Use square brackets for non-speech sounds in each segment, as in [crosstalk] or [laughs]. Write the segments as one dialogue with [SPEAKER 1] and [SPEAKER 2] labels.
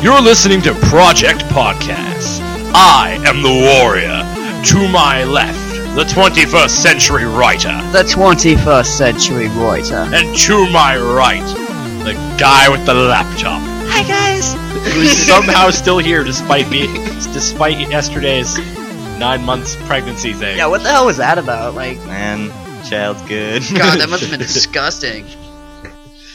[SPEAKER 1] You're listening to Project Podcasts. I am the warrior. To my left, the 21st century writer.
[SPEAKER 2] The 21st century writer.
[SPEAKER 1] And to my right, the guy with the laptop.
[SPEAKER 2] Hi guys!
[SPEAKER 1] Who's somehow still here despite being, despite yesterday's nine months pregnancy thing.
[SPEAKER 2] Yeah, what the hell was that about? Like,
[SPEAKER 3] Man, child's good.
[SPEAKER 2] God, that must
[SPEAKER 1] [laughs]
[SPEAKER 2] have been disgusting.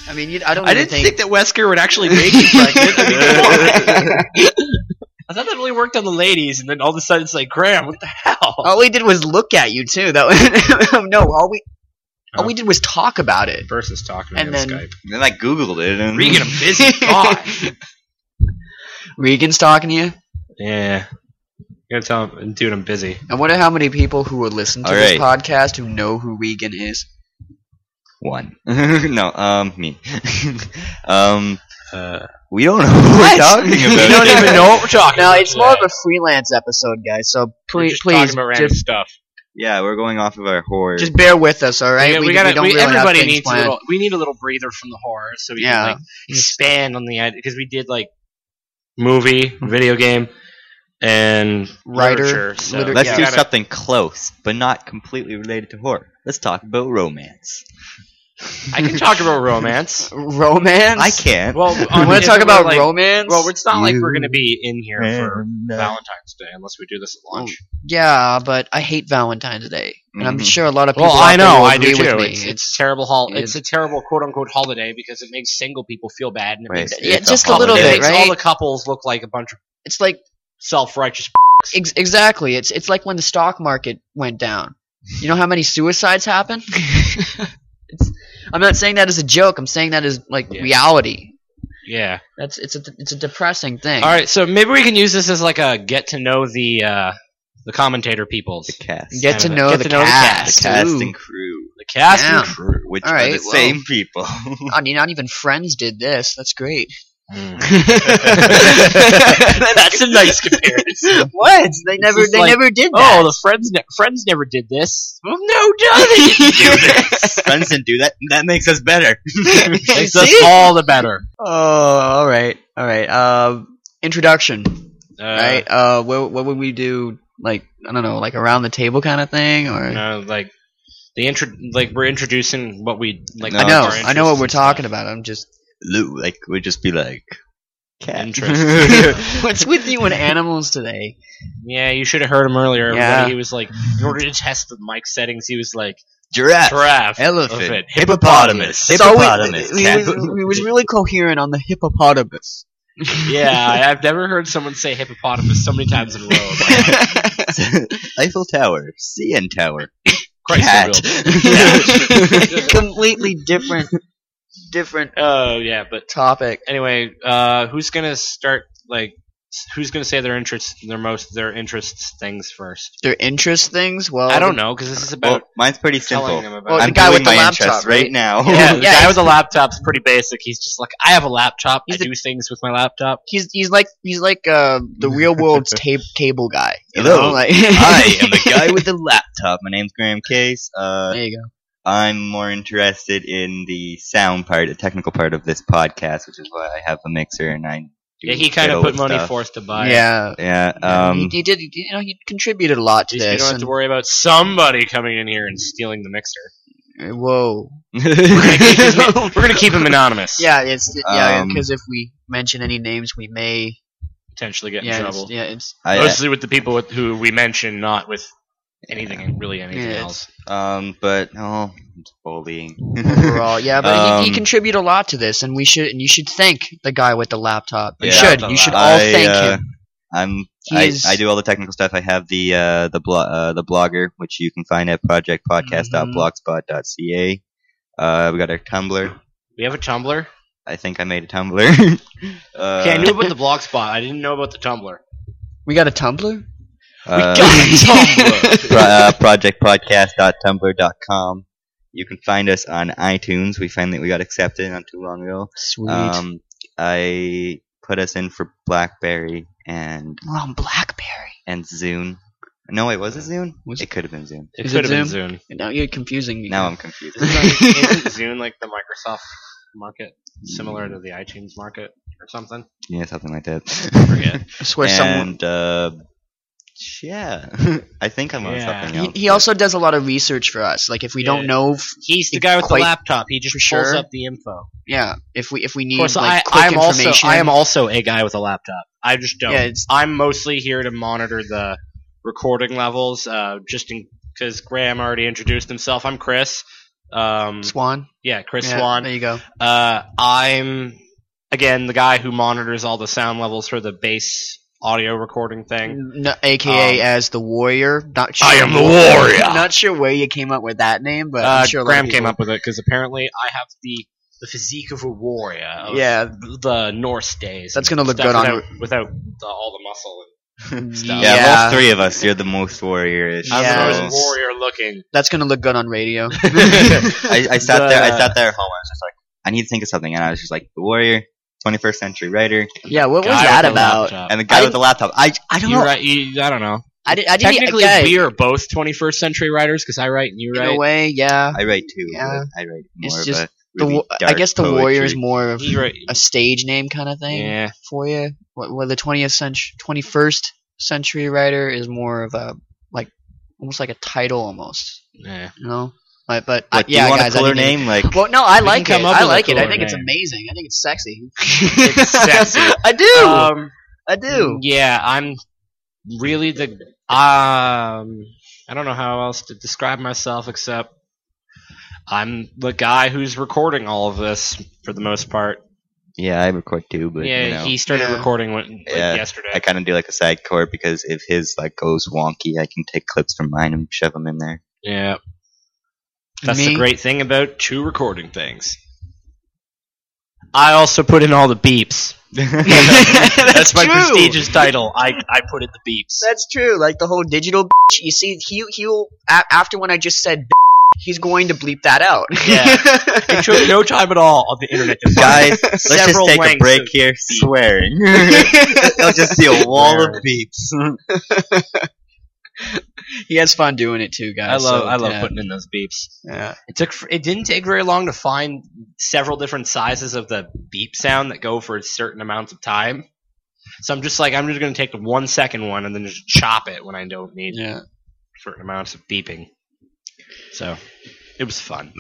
[SPEAKER 2] I mean, you, I don't.
[SPEAKER 1] I
[SPEAKER 2] even
[SPEAKER 1] didn't
[SPEAKER 2] [laughs]
[SPEAKER 1] think that Wesker would actually make you pregnant. I mean, come on.
[SPEAKER 3] [laughs]
[SPEAKER 1] I thought that really worked on the ladies, and then all of a sudden it's like, Graham, what the hell?
[SPEAKER 2] All we did was look at you too. That was, [laughs] no, all we all we did was talk about it.
[SPEAKER 1] Versus talking
[SPEAKER 2] And
[SPEAKER 1] on
[SPEAKER 2] then-
[SPEAKER 1] Skype.
[SPEAKER 3] then I googled it and
[SPEAKER 1] Regan, I'm busy. God.
[SPEAKER 2] [laughs] Regan's talking to you.
[SPEAKER 1] Yeah. You gotta tell him, dude, I'm busy.
[SPEAKER 2] I wonder how many people who would listen to
[SPEAKER 3] All
[SPEAKER 2] this podcast who know who Regan is.
[SPEAKER 3] [laughs] one. [laughs] no, um, me. [laughs] um,
[SPEAKER 1] Uh,
[SPEAKER 3] we don't know
[SPEAKER 2] What?
[SPEAKER 3] what we're
[SPEAKER 1] [laughs]
[SPEAKER 3] talking about.
[SPEAKER 1] you don't even know what we're talking
[SPEAKER 2] No,
[SPEAKER 1] about.
[SPEAKER 2] it's more of a freelance episode, guys. So
[SPEAKER 1] We're
[SPEAKER 2] please,
[SPEAKER 1] just
[SPEAKER 2] please,
[SPEAKER 1] talking about random
[SPEAKER 2] just,
[SPEAKER 1] stuff.
[SPEAKER 3] Yeah, we're going off of our horror.
[SPEAKER 2] just bear with us, all right?
[SPEAKER 1] Yeah, we, gotta.
[SPEAKER 2] don't
[SPEAKER 1] we-
[SPEAKER 2] really have
[SPEAKER 1] everybody
[SPEAKER 2] things
[SPEAKER 1] needs a
[SPEAKER 2] planned.
[SPEAKER 1] little. We need a little breather from the horror, so we
[SPEAKER 2] Yeah.
[SPEAKER 1] can like expand on the idea because we did like movie, video game, and
[SPEAKER 2] Writer,
[SPEAKER 1] literature, so
[SPEAKER 2] liter-
[SPEAKER 3] Let's
[SPEAKER 2] yeah.
[SPEAKER 3] do
[SPEAKER 1] gotta-
[SPEAKER 3] something close, but not completely related to horror. Let's talk about romance.
[SPEAKER 1] I can talk about romance.
[SPEAKER 2] [laughs] romance.
[SPEAKER 3] I can't.
[SPEAKER 1] Well,
[SPEAKER 2] You
[SPEAKER 3] [laughs]
[SPEAKER 1] on-
[SPEAKER 2] want
[SPEAKER 1] if
[SPEAKER 2] to talk
[SPEAKER 1] we're,
[SPEAKER 2] about
[SPEAKER 1] like-
[SPEAKER 2] romance?
[SPEAKER 1] Well, it's not like we're
[SPEAKER 3] You
[SPEAKER 1] going to be in here for
[SPEAKER 3] And, uh,
[SPEAKER 1] Valentine's Day unless we do this at lunch.
[SPEAKER 2] Yeah, but I hate Valentine's Day, and I'm
[SPEAKER 1] Mm-hmm.
[SPEAKER 3] Mhm.
[SPEAKER 2] sure a lot of people. out there will agree with me.
[SPEAKER 1] It's, it's terrible. Hol-
[SPEAKER 2] it
[SPEAKER 1] it's
[SPEAKER 2] is-
[SPEAKER 1] a terrible quote unquote holiday because it makes single people feel bad and it
[SPEAKER 3] Right,
[SPEAKER 1] makes
[SPEAKER 3] it's
[SPEAKER 2] yeah, just a
[SPEAKER 3] holiday.
[SPEAKER 2] little
[SPEAKER 1] it
[SPEAKER 2] bit,
[SPEAKER 1] makes all the
[SPEAKER 2] right?
[SPEAKER 1] couples look like a bunch of
[SPEAKER 2] It's like
[SPEAKER 1] self [laughs] righteous.
[SPEAKER 2] ex- exactly. It's it's like when the stock market went down. You know how many suicides happen? it's, I'm not saying that as a joke. I'm saying that as like
[SPEAKER 1] Yeah.
[SPEAKER 2] reality.
[SPEAKER 1] Yeah.
[SPEAKER 2] That's it's a it's a depressing thing.
[SPEAKER 1] [laughs] All right. So maybe we can use this as like a get to know the uh, the commentator peoples,
[SPEAKER 3] the cast.
[SPEAKER 2] Get to
[SPEAKER 1] Get
[SPEAKER 2] know,
[SPEAKER 1] to
[SPEAKER 2] the,
[SPEAKER 1] know the
[SPEAKER 2] cast.
[SPEAKER 3] the cast
[SPEAKER 2] Ooh.
[SPEAKER 3] and crew.
[SPEAKER 1] the cast. and
[SPEAKER 2] Yeah.
[SPEAKER 3] Crew, which
[SPEAKER 2] All
[SPEAKER 3] are
[SPEAKER 2] right,
[SPEAKER 3] the
[SPEAKER 2] well.
[SPEAKER 3] same people.
[SPEAKER 2] I mean, not even Friends did this. That's great.
[SPEAKER 1] Mm. Hmm.
[SPEAKER 2] [laughs] That's
[SPEAKER 1] a nice comparison.
[SPEAKER 2] What? They never
[SPEAKER 1] just
[SPEAKER 2] they
[SPEAKER 1] like,
[SPEAKER 2] never did that.
[SPEAKER 1] [laughs] Oh, the friends ne- friends never did this. Well, no, no, they
[SPEAKER 2] [laughs]
[SPEAKER 3] [laughs]
[SPEAKER 1] didn't do this.
[SPEAKER 3] Friends didn't do that. That makes us better.
[SPEAKER 1] Makes us
[SPEAKER 2] See?
[SPEAKER 1] all the better.
[SPEAKER 2] Oh, all right, all right. Uh, introduction,
[SPEAKER 1] Uh,
[SPEAKER 2] right? Uh, what, what would we do? Like I don't know, like around the table kind of thing, or
[SPEAKER 1] Uh, like the intro, like we're introducing what we like.
[SPEAKER 3] No,
[SPEAKER 2] I know,
[SPEAKER 1] our
[SPEAKER 2] I know what we're
[SPEAKER 1] interests and
[SPEAKER 2] talking about. I'm
[SPEAKER 1] [laughs]
[SPEAKER 2] just
[SPEAKER 3] Lou, like, would just be like, cat.
[SPEAKER 2] [laughs]
[SPEAKER 1] Interesting.
[SPEAKER 2] what's with you and animals today?
[SPEAKER 1] stuff. Yeah, you should have heard him earlier. when
[SPEAKER 2] Yeah.
[SPEAKER 1] he was like, in order to test the mic settings, he was like,
[SPEAKER 3] Giraffe.
[SPEAKER 1] giraffe,
[SPEAKER 3] Elephant.
[SPEAKER 1] hippopotamus.
[SPEAKER 3] Hippopotamus. Hippopotamus.
[SPEAKER 2] So we, he, was, he was really coherent on the
[SPEAKER 1] [laughs]
[SPEAKER 2] hippopotamus.
[SPEAKER 1] yeah, I- I've never heard someone say hippopotamus so many times in a row.
[SPEAKER 2] [laughs]
[SPEAKER 3] [laughs]
[SPEAKER 1] Like,
[SPEAKER 3] Eiffel Tower, CN Tower,
[SPEAKER 1] Christ, they're real.
[SPEAKER 2] Completely different, different
[SPEAKER 1] Oh yeah, but
[SPEAKER 2] topic.
[SPEAKER 1] anyway, uh, who's gonna start? Like, s- who's gonna say their interests, their most, their interests things first?
[SPEAKER 2] Their interest things. Well,
[SPEAKER 1] I don't know because this is
[SPEAKER 3] [laughs] Well,
[SPEAKER 1] about
[SPEAKER 3] mine's pretty simple.
[SPEAKER 1] telling them about.
[SPEAKER 2] Well,
[SPEAKER 3] I'm
[SPEAKER 2] the guy
[SPEAKER 3] doing
[SPEAKER 2] with the
[SPEAKER 3] my
[SPEAKER 2] laptop,
[SPEAKER 3] interests
[SPEAKER 2] right?
[SPEAKER 3] right now.
[SPEAKER 1] [laughs] Yeah, the
[SPEAKER 2] Yeah,
[SPEAKER 1] guy
[SPEAKER 2] he's-
[SPEAKER 1] with the laptop's pretty basic. He's just like, I have a laptop. I
[SPEAKER 2] He's the-
[SPEAKER 1] do things with my laptop.
[SPEAKER 2] He's he's like he's like uh,
[SPEAKER 3] [laughs]
[SPEAKER 2] the real world's ta- cable guy. You
[SPEAKER 3] Hello,
[SPEAKER 2] know? like,
[SPEAKER 3] [laughs]
[SPEAKER 2] [laughs]
[SPEAKER 3] I am [laughs] the guy with the laptop. My name's Graham Case. Uh,
[SPEAKER 2] There you go.
[SPEAKER 3] I'm more interested in the sound part, the technical part of this podcast, which is why I have a mixer and I. Do
[SPEAKER 1] Yeah, he kind
[SPEAKER 3] fiddle
[SPEAKER 1] of put
[SPEAKER 3] with
[SPEAKER 1] money
[SPEAKER 3] stuff.
[SPEAKER 1] for us to buy. it.
[SPEAKER 2] Yeah.
[SPEAKER 3] Yeah.
[SPEAKER 2] he,
[SPEAKER 3] Um,
[SPEAKER 2] he did. [laughs] You know, he contributed a lot
[SPEAKER 1] At
[SPEAKER 2] to
[SPEAKER 1] least we
[SPEAKER 2] this.
[SPEAKER 1] don't have to worry about somebody coming in here and stealing the mixer.
[SPEAKER 2] and- uh, whoa.
[SPEAKER 1] We're gonna keep him anonymous.
[SPEAKER 2] Yeah, it's yeah.
[SPEAKER 3] Um,
[SPEAKER 2] Because if we mention any names, we may
[SPEAKER 1] potentially get in
[SPEAKER 2] yeah
[SPEAKER 1] trouble.
[SPEAKER 2] it's, yeah it's
[SPEAKER 3] [laughs] I,
[SPEAKER 1] Mostly with the people with, who we mention, not with anything really anything
[SPEAKER 2] Yeah,
[SPEAKER 1] else.
[SPEAKER 3] um, but oh, it's bullying.
[SPEAKER 2] overall yeah. But he, he
[SPEAKER 3] Um,
[SPEAKER 2] contributed a lot to this, and we should and you should thank the guy with the laptop. You
[SPEAKER 3] [laughs] Yeah.
[SPEAKER 2] should. You should all
[SPEAKER 3] I,
[SPEAKER 2] thank
[SPEAKER 3] uh,
[SPEAKER 2] him.
[SPEAKER 3] I'm I,
[SPEAKER 2] He's
[SPEAKER 3] I do all the technical stuff. I have the uh, the blo- uh, the blogger, which you can find at projectpodcast.blogspot.ca. Uh, we got our Tumblr.
[SPEAKER 1] We have a Tumblr.
[SPEAKER 3] I think I made a Tumblr. [laughs] uh,
[SPEAKER 1] Okay, I knew [laughs] about the Blogspot. I didn't know about the Tumblr.
[SPEAKER 2] We got a Tumblr.
[SPEAKER 3] uh, [laughs]
[SPEAKER 1] [laughs]
[SPEAKER 3] pro-
[SPEAKER 1] Tumblr.
[SPEAKER 3] uh, projectpodcast.tumblr.com. You can find us on iTunes. We finally we got accepted not too long ago.
[SPEAKER 2] Sweet.
[SPEAKER 3] Um, I put us in for BlackBerry and
[SPEAKER 2] We're on Oh, BlackBerry.
[SPEAKER 3] and Zune. No, wait, was it Zune?
[SPEAKER 2] Uh, Was-
[SPEAKER 3] It could have been Zune.
[SPEAKER 1] It
[SPEAKER 2] Is
[SPEAKER 1] could
[SPEAKER 2] it
[SPEAKER 1] have been Zune.
[SPEAKER 2] Now you're confusing me.
[SPEAKER 3] Now I'm confused.
[SPEAKER 2] [laughs]
[SPEAKER 1] [laughs] Isn't Zune like the Microsoft market, similar to the iTunes market? or something.
[SPEAKER 3] Yeah, something like that. [laughs]
[SPEAKER 4] forget.
[SPEAKER 2] I swear, someone.
[SPEAKER 3] and uh, yeah, [laughs] I think I'm on
[SPEAKER 1] Yeah.
[SPEAKER 3] something
[SPEAKER 2] He,
[SPEAKER 3] else.
[SPEAKER 2] he also does a lot of research for us. Like if we don't
[SPEAKER 1] Yeah.
[SPEAKER 2] know, f-
[SPEAKER 1] He's the
[SPEAKER 2] It
[SPEAKER 1] guy with
[SPEAKER 2] quite-
[SPEAKER 1] the laptop. He just
[SPEAKER 2] for
[SPEAKER 1] pulls
[SPEAKER 2] sure.
[SPEAKER 1] up the info.
[SPEAKER 2] yeah, if we if we need
[SPEAKER 1] Of course,
[SPEAKER 2] like quick
[SPEAKER 1] I, I'm also
[SPEAKER 2] information,
[SPEAKER 1] I am also a guy with a laptop. I just don't.
[SPEAKER 2] Yeah, it's-
[SPEAKER 1] I'm mostly here to monitor the recording levels. Uh, just because Graham already introduced himself. I'm Chris. Um,
[SPEAKER 2] Swan.
[SPEAKER 1] yeah, Chris
[SPEAKER 2] Yeah, [laughs]
[SPEAKER 1] Swan. [laughs]
[SPEAKER 2] There you go.
[SPEAKER 1] Uh, I'm again the guy who monitors all the sound levels for the bass audio recording thing.
[SPEAKER 2] No, AKA
[SPEAKER 1] Um,
[SPEAKER 2] as the warrior. Not sure
[SPEAKER 4] I am the warrior.
[SPEAKER 2] [laughs] Not sure where you came up with that name, but
[SPEAKER 1] Uh,
[SPEAKER 2] I'm sure a lot of
[SPEAKER 1] Graham came
[SPEAKER 2] people- [laughs]
[SPEAKER 1] up with it because apparently I have the the physique of a warrior. Of [laughs]
[SPEAKER 2] Yeah.
[SPEAKER 1] the Norse days.
[SPEAKER 2] That's
[SPEAKER 1] and
[SPEAKER 2] gonna look
[SPEAKER 1] stuff
[SPEAKER 2] good on
[SPEAKER 1] without, without the, all the muscle.
[SPEAKER 2] Yeah,
[SPEAKER 3] yeah, of all three of us, you're the most warriorish.
[SPEAKER 1] I'm
[SPEAKER 2] Yeah.
[SPEAKER 1] the
[SPEAKER 3] so-
[SPEAKER 1] most warrior looking.
[SPEAKER 2] [laughs]
[SPEAKER 1] [laughs]
[SPEAKER 2] that's gonna look good on
[SPEAKER 4] [laughs]
[SPEAKER 2] radio.
[SPEAKER 3] I, I sat there. I
[SPEAKER 1] The-
[SPEAKER 3] sat there at home. I was just like, I need to think of something, and I was just like, the warrior, 21st century writer,
[SPEAKER 2] yeah, what was
[SPEAKER 1] Guy
[SPEAKER 2] that
[SPEAKER 1] with a
[SPEAKER 2] about?
[SPEAKER 1] laptop.
[SPEAKER 3] and the guy
[SPEAKER 2] I-
[SPEAKER 3] with the laptop. I I don't
[SPEAKER 1] You
[SPEAKER 3] know.
[SPEAKER 1] write, you, I don't know.
[SPEAKER 2] I, did, I didn't
[SPEAKER 1] Technically,
[SPEAKER 2] okay.
[SPEAKER 1] we are both 21st century writers because I write and you
[SPEAKER 2] in a
[SPEAKER 1] write.
[SPEAKER 2] way, yeah.
[SPEAKER 3] I write too.
[SPEAKER 2] Yeah.
[SPEAKER 3] but I write more
[SPEAKER 2] It's
[SPEAKER 3] of
[SPEAKER 2] just
[SPEAKER 3] a
[SPEAKER 2] The
[SPEAKER 3] really
[SPEAKER 2] wa- I
[SPEAKER 3] dark
[SPEAKER 2] guess the
[SPEAKER 3] poetry.
[SPEAKER 2] warrior is more of [laughs]
[SPEAKER 1] You write.
[SPEAKER 2] a stage name kind of thing
[SPEAKER 1] Yeah.
[SPEAKER 2] for you. What, what the twentieth century, twenty first century writer is more of a like almost like a title almost.
[SPEAKER 1] [laughs] yeah.
[SPEAKER 2] You know, but but I-
[SPEAKER 3] Like, do
[SPEAKER 2] Uh, yeah,
[SPEAKER 3] you want
[SPEAKER 2] guys,
[SPEAKER 3] a
[SPEAKER 2] I
[SPEAKER 3] cooler
[SPEAKER 2] didn't even-
[SPEAKER 3] name? Like,
[SPEAKER 2] Well, no, I like it.
[SPEAKER 1] come up
[SPEAKER 2] I
[SPEAKER 1] with a
[SPEAKER 2] like it. I
[SPEAKER 1] cooler
[SPEAKER 2] think it's
[SPEAKER 1] name.
[SPEAKER 2] amazing. I think it's sexy.
[SPEAKER 1] It's
[SPEAKER 2] [laughs]
[SPEAKER 1] sexy.
[SPEAKER 2] I do.
[SPEAKER 1] Um,
[SPEAKER 2] I do.
[SPEAKER 1] Yeah, I'm really the um. I don't know how else to describe myself except I'm the guy who's recording all of this for the most part.
[SPEAKER 3] yeah, I record too, but
[SPEAKER 1] yeah,
[SPEAKER 3] you know,
[SPEAKER 1] he started
[SPEAKER 2] Yeah.
[SPEAKER 1] recording when, like
[SPEAKER 3] Yeah,
[SPEAKER 1] yesterday.
[SPEAKER 3] I kind of do like a side chord because if his like goes wonky, I can take clips from mine and shove them in there. [laughs]
[SPEAKER 1] yeah, that's
[SPEAKER 2] Me?
[SPEAKER 1] the great thing about two recording things. I also put in all the beeps.
[SPEAKER 2] [laughs] That's
[SPEAKER 1] my
[SPEAKER 2] true. [laughs]
[SPEAKER 1] prestigious title. I, I put in the beeps.
[SPEAKER 2] That's true. Like the whole digital. Bitch, you see, he he'll a- after when I just said, bitch, he's going to bleep that out.
[SPEAKER 1] It took no time at all on the internet to find
[SPEAKER 3] Guys, let's just
[SPEAKER 1] Several
[SPEAKER 3] take a
[SPEAKER 1] lengths
[SPEAKER 3] break
[SPEAKER 1] of
[SPEAKER 3] here. Swearing. [laughs] I'll just see a wall of beeps.
[SPEAKER 2] [laughs] he has fun doing it too,
[SPEAKER 1] I
[SPEAKER 2] guys.
[SPEAKER 1] love
[SPEAKER 2] so,
[SPEAKER 1] I love
[SPEAKER 2] yeah.
[SPEAKER 1] putting in those
[SPEAKER 2] [laughs]
[SPEAKER 1] beeps.
[SPEAKER 2] Yeah.
[SPEAKER 1] It took it didn't take very long to find several different sizes of the beep sound that go for certain amounts of time. So I'm just like I'm just gonna take the one second one and then just chop it when I don't need
[SPEAKER 2] yeah.
[SPEAKER 1] certain amounts of beeping. So it was fun.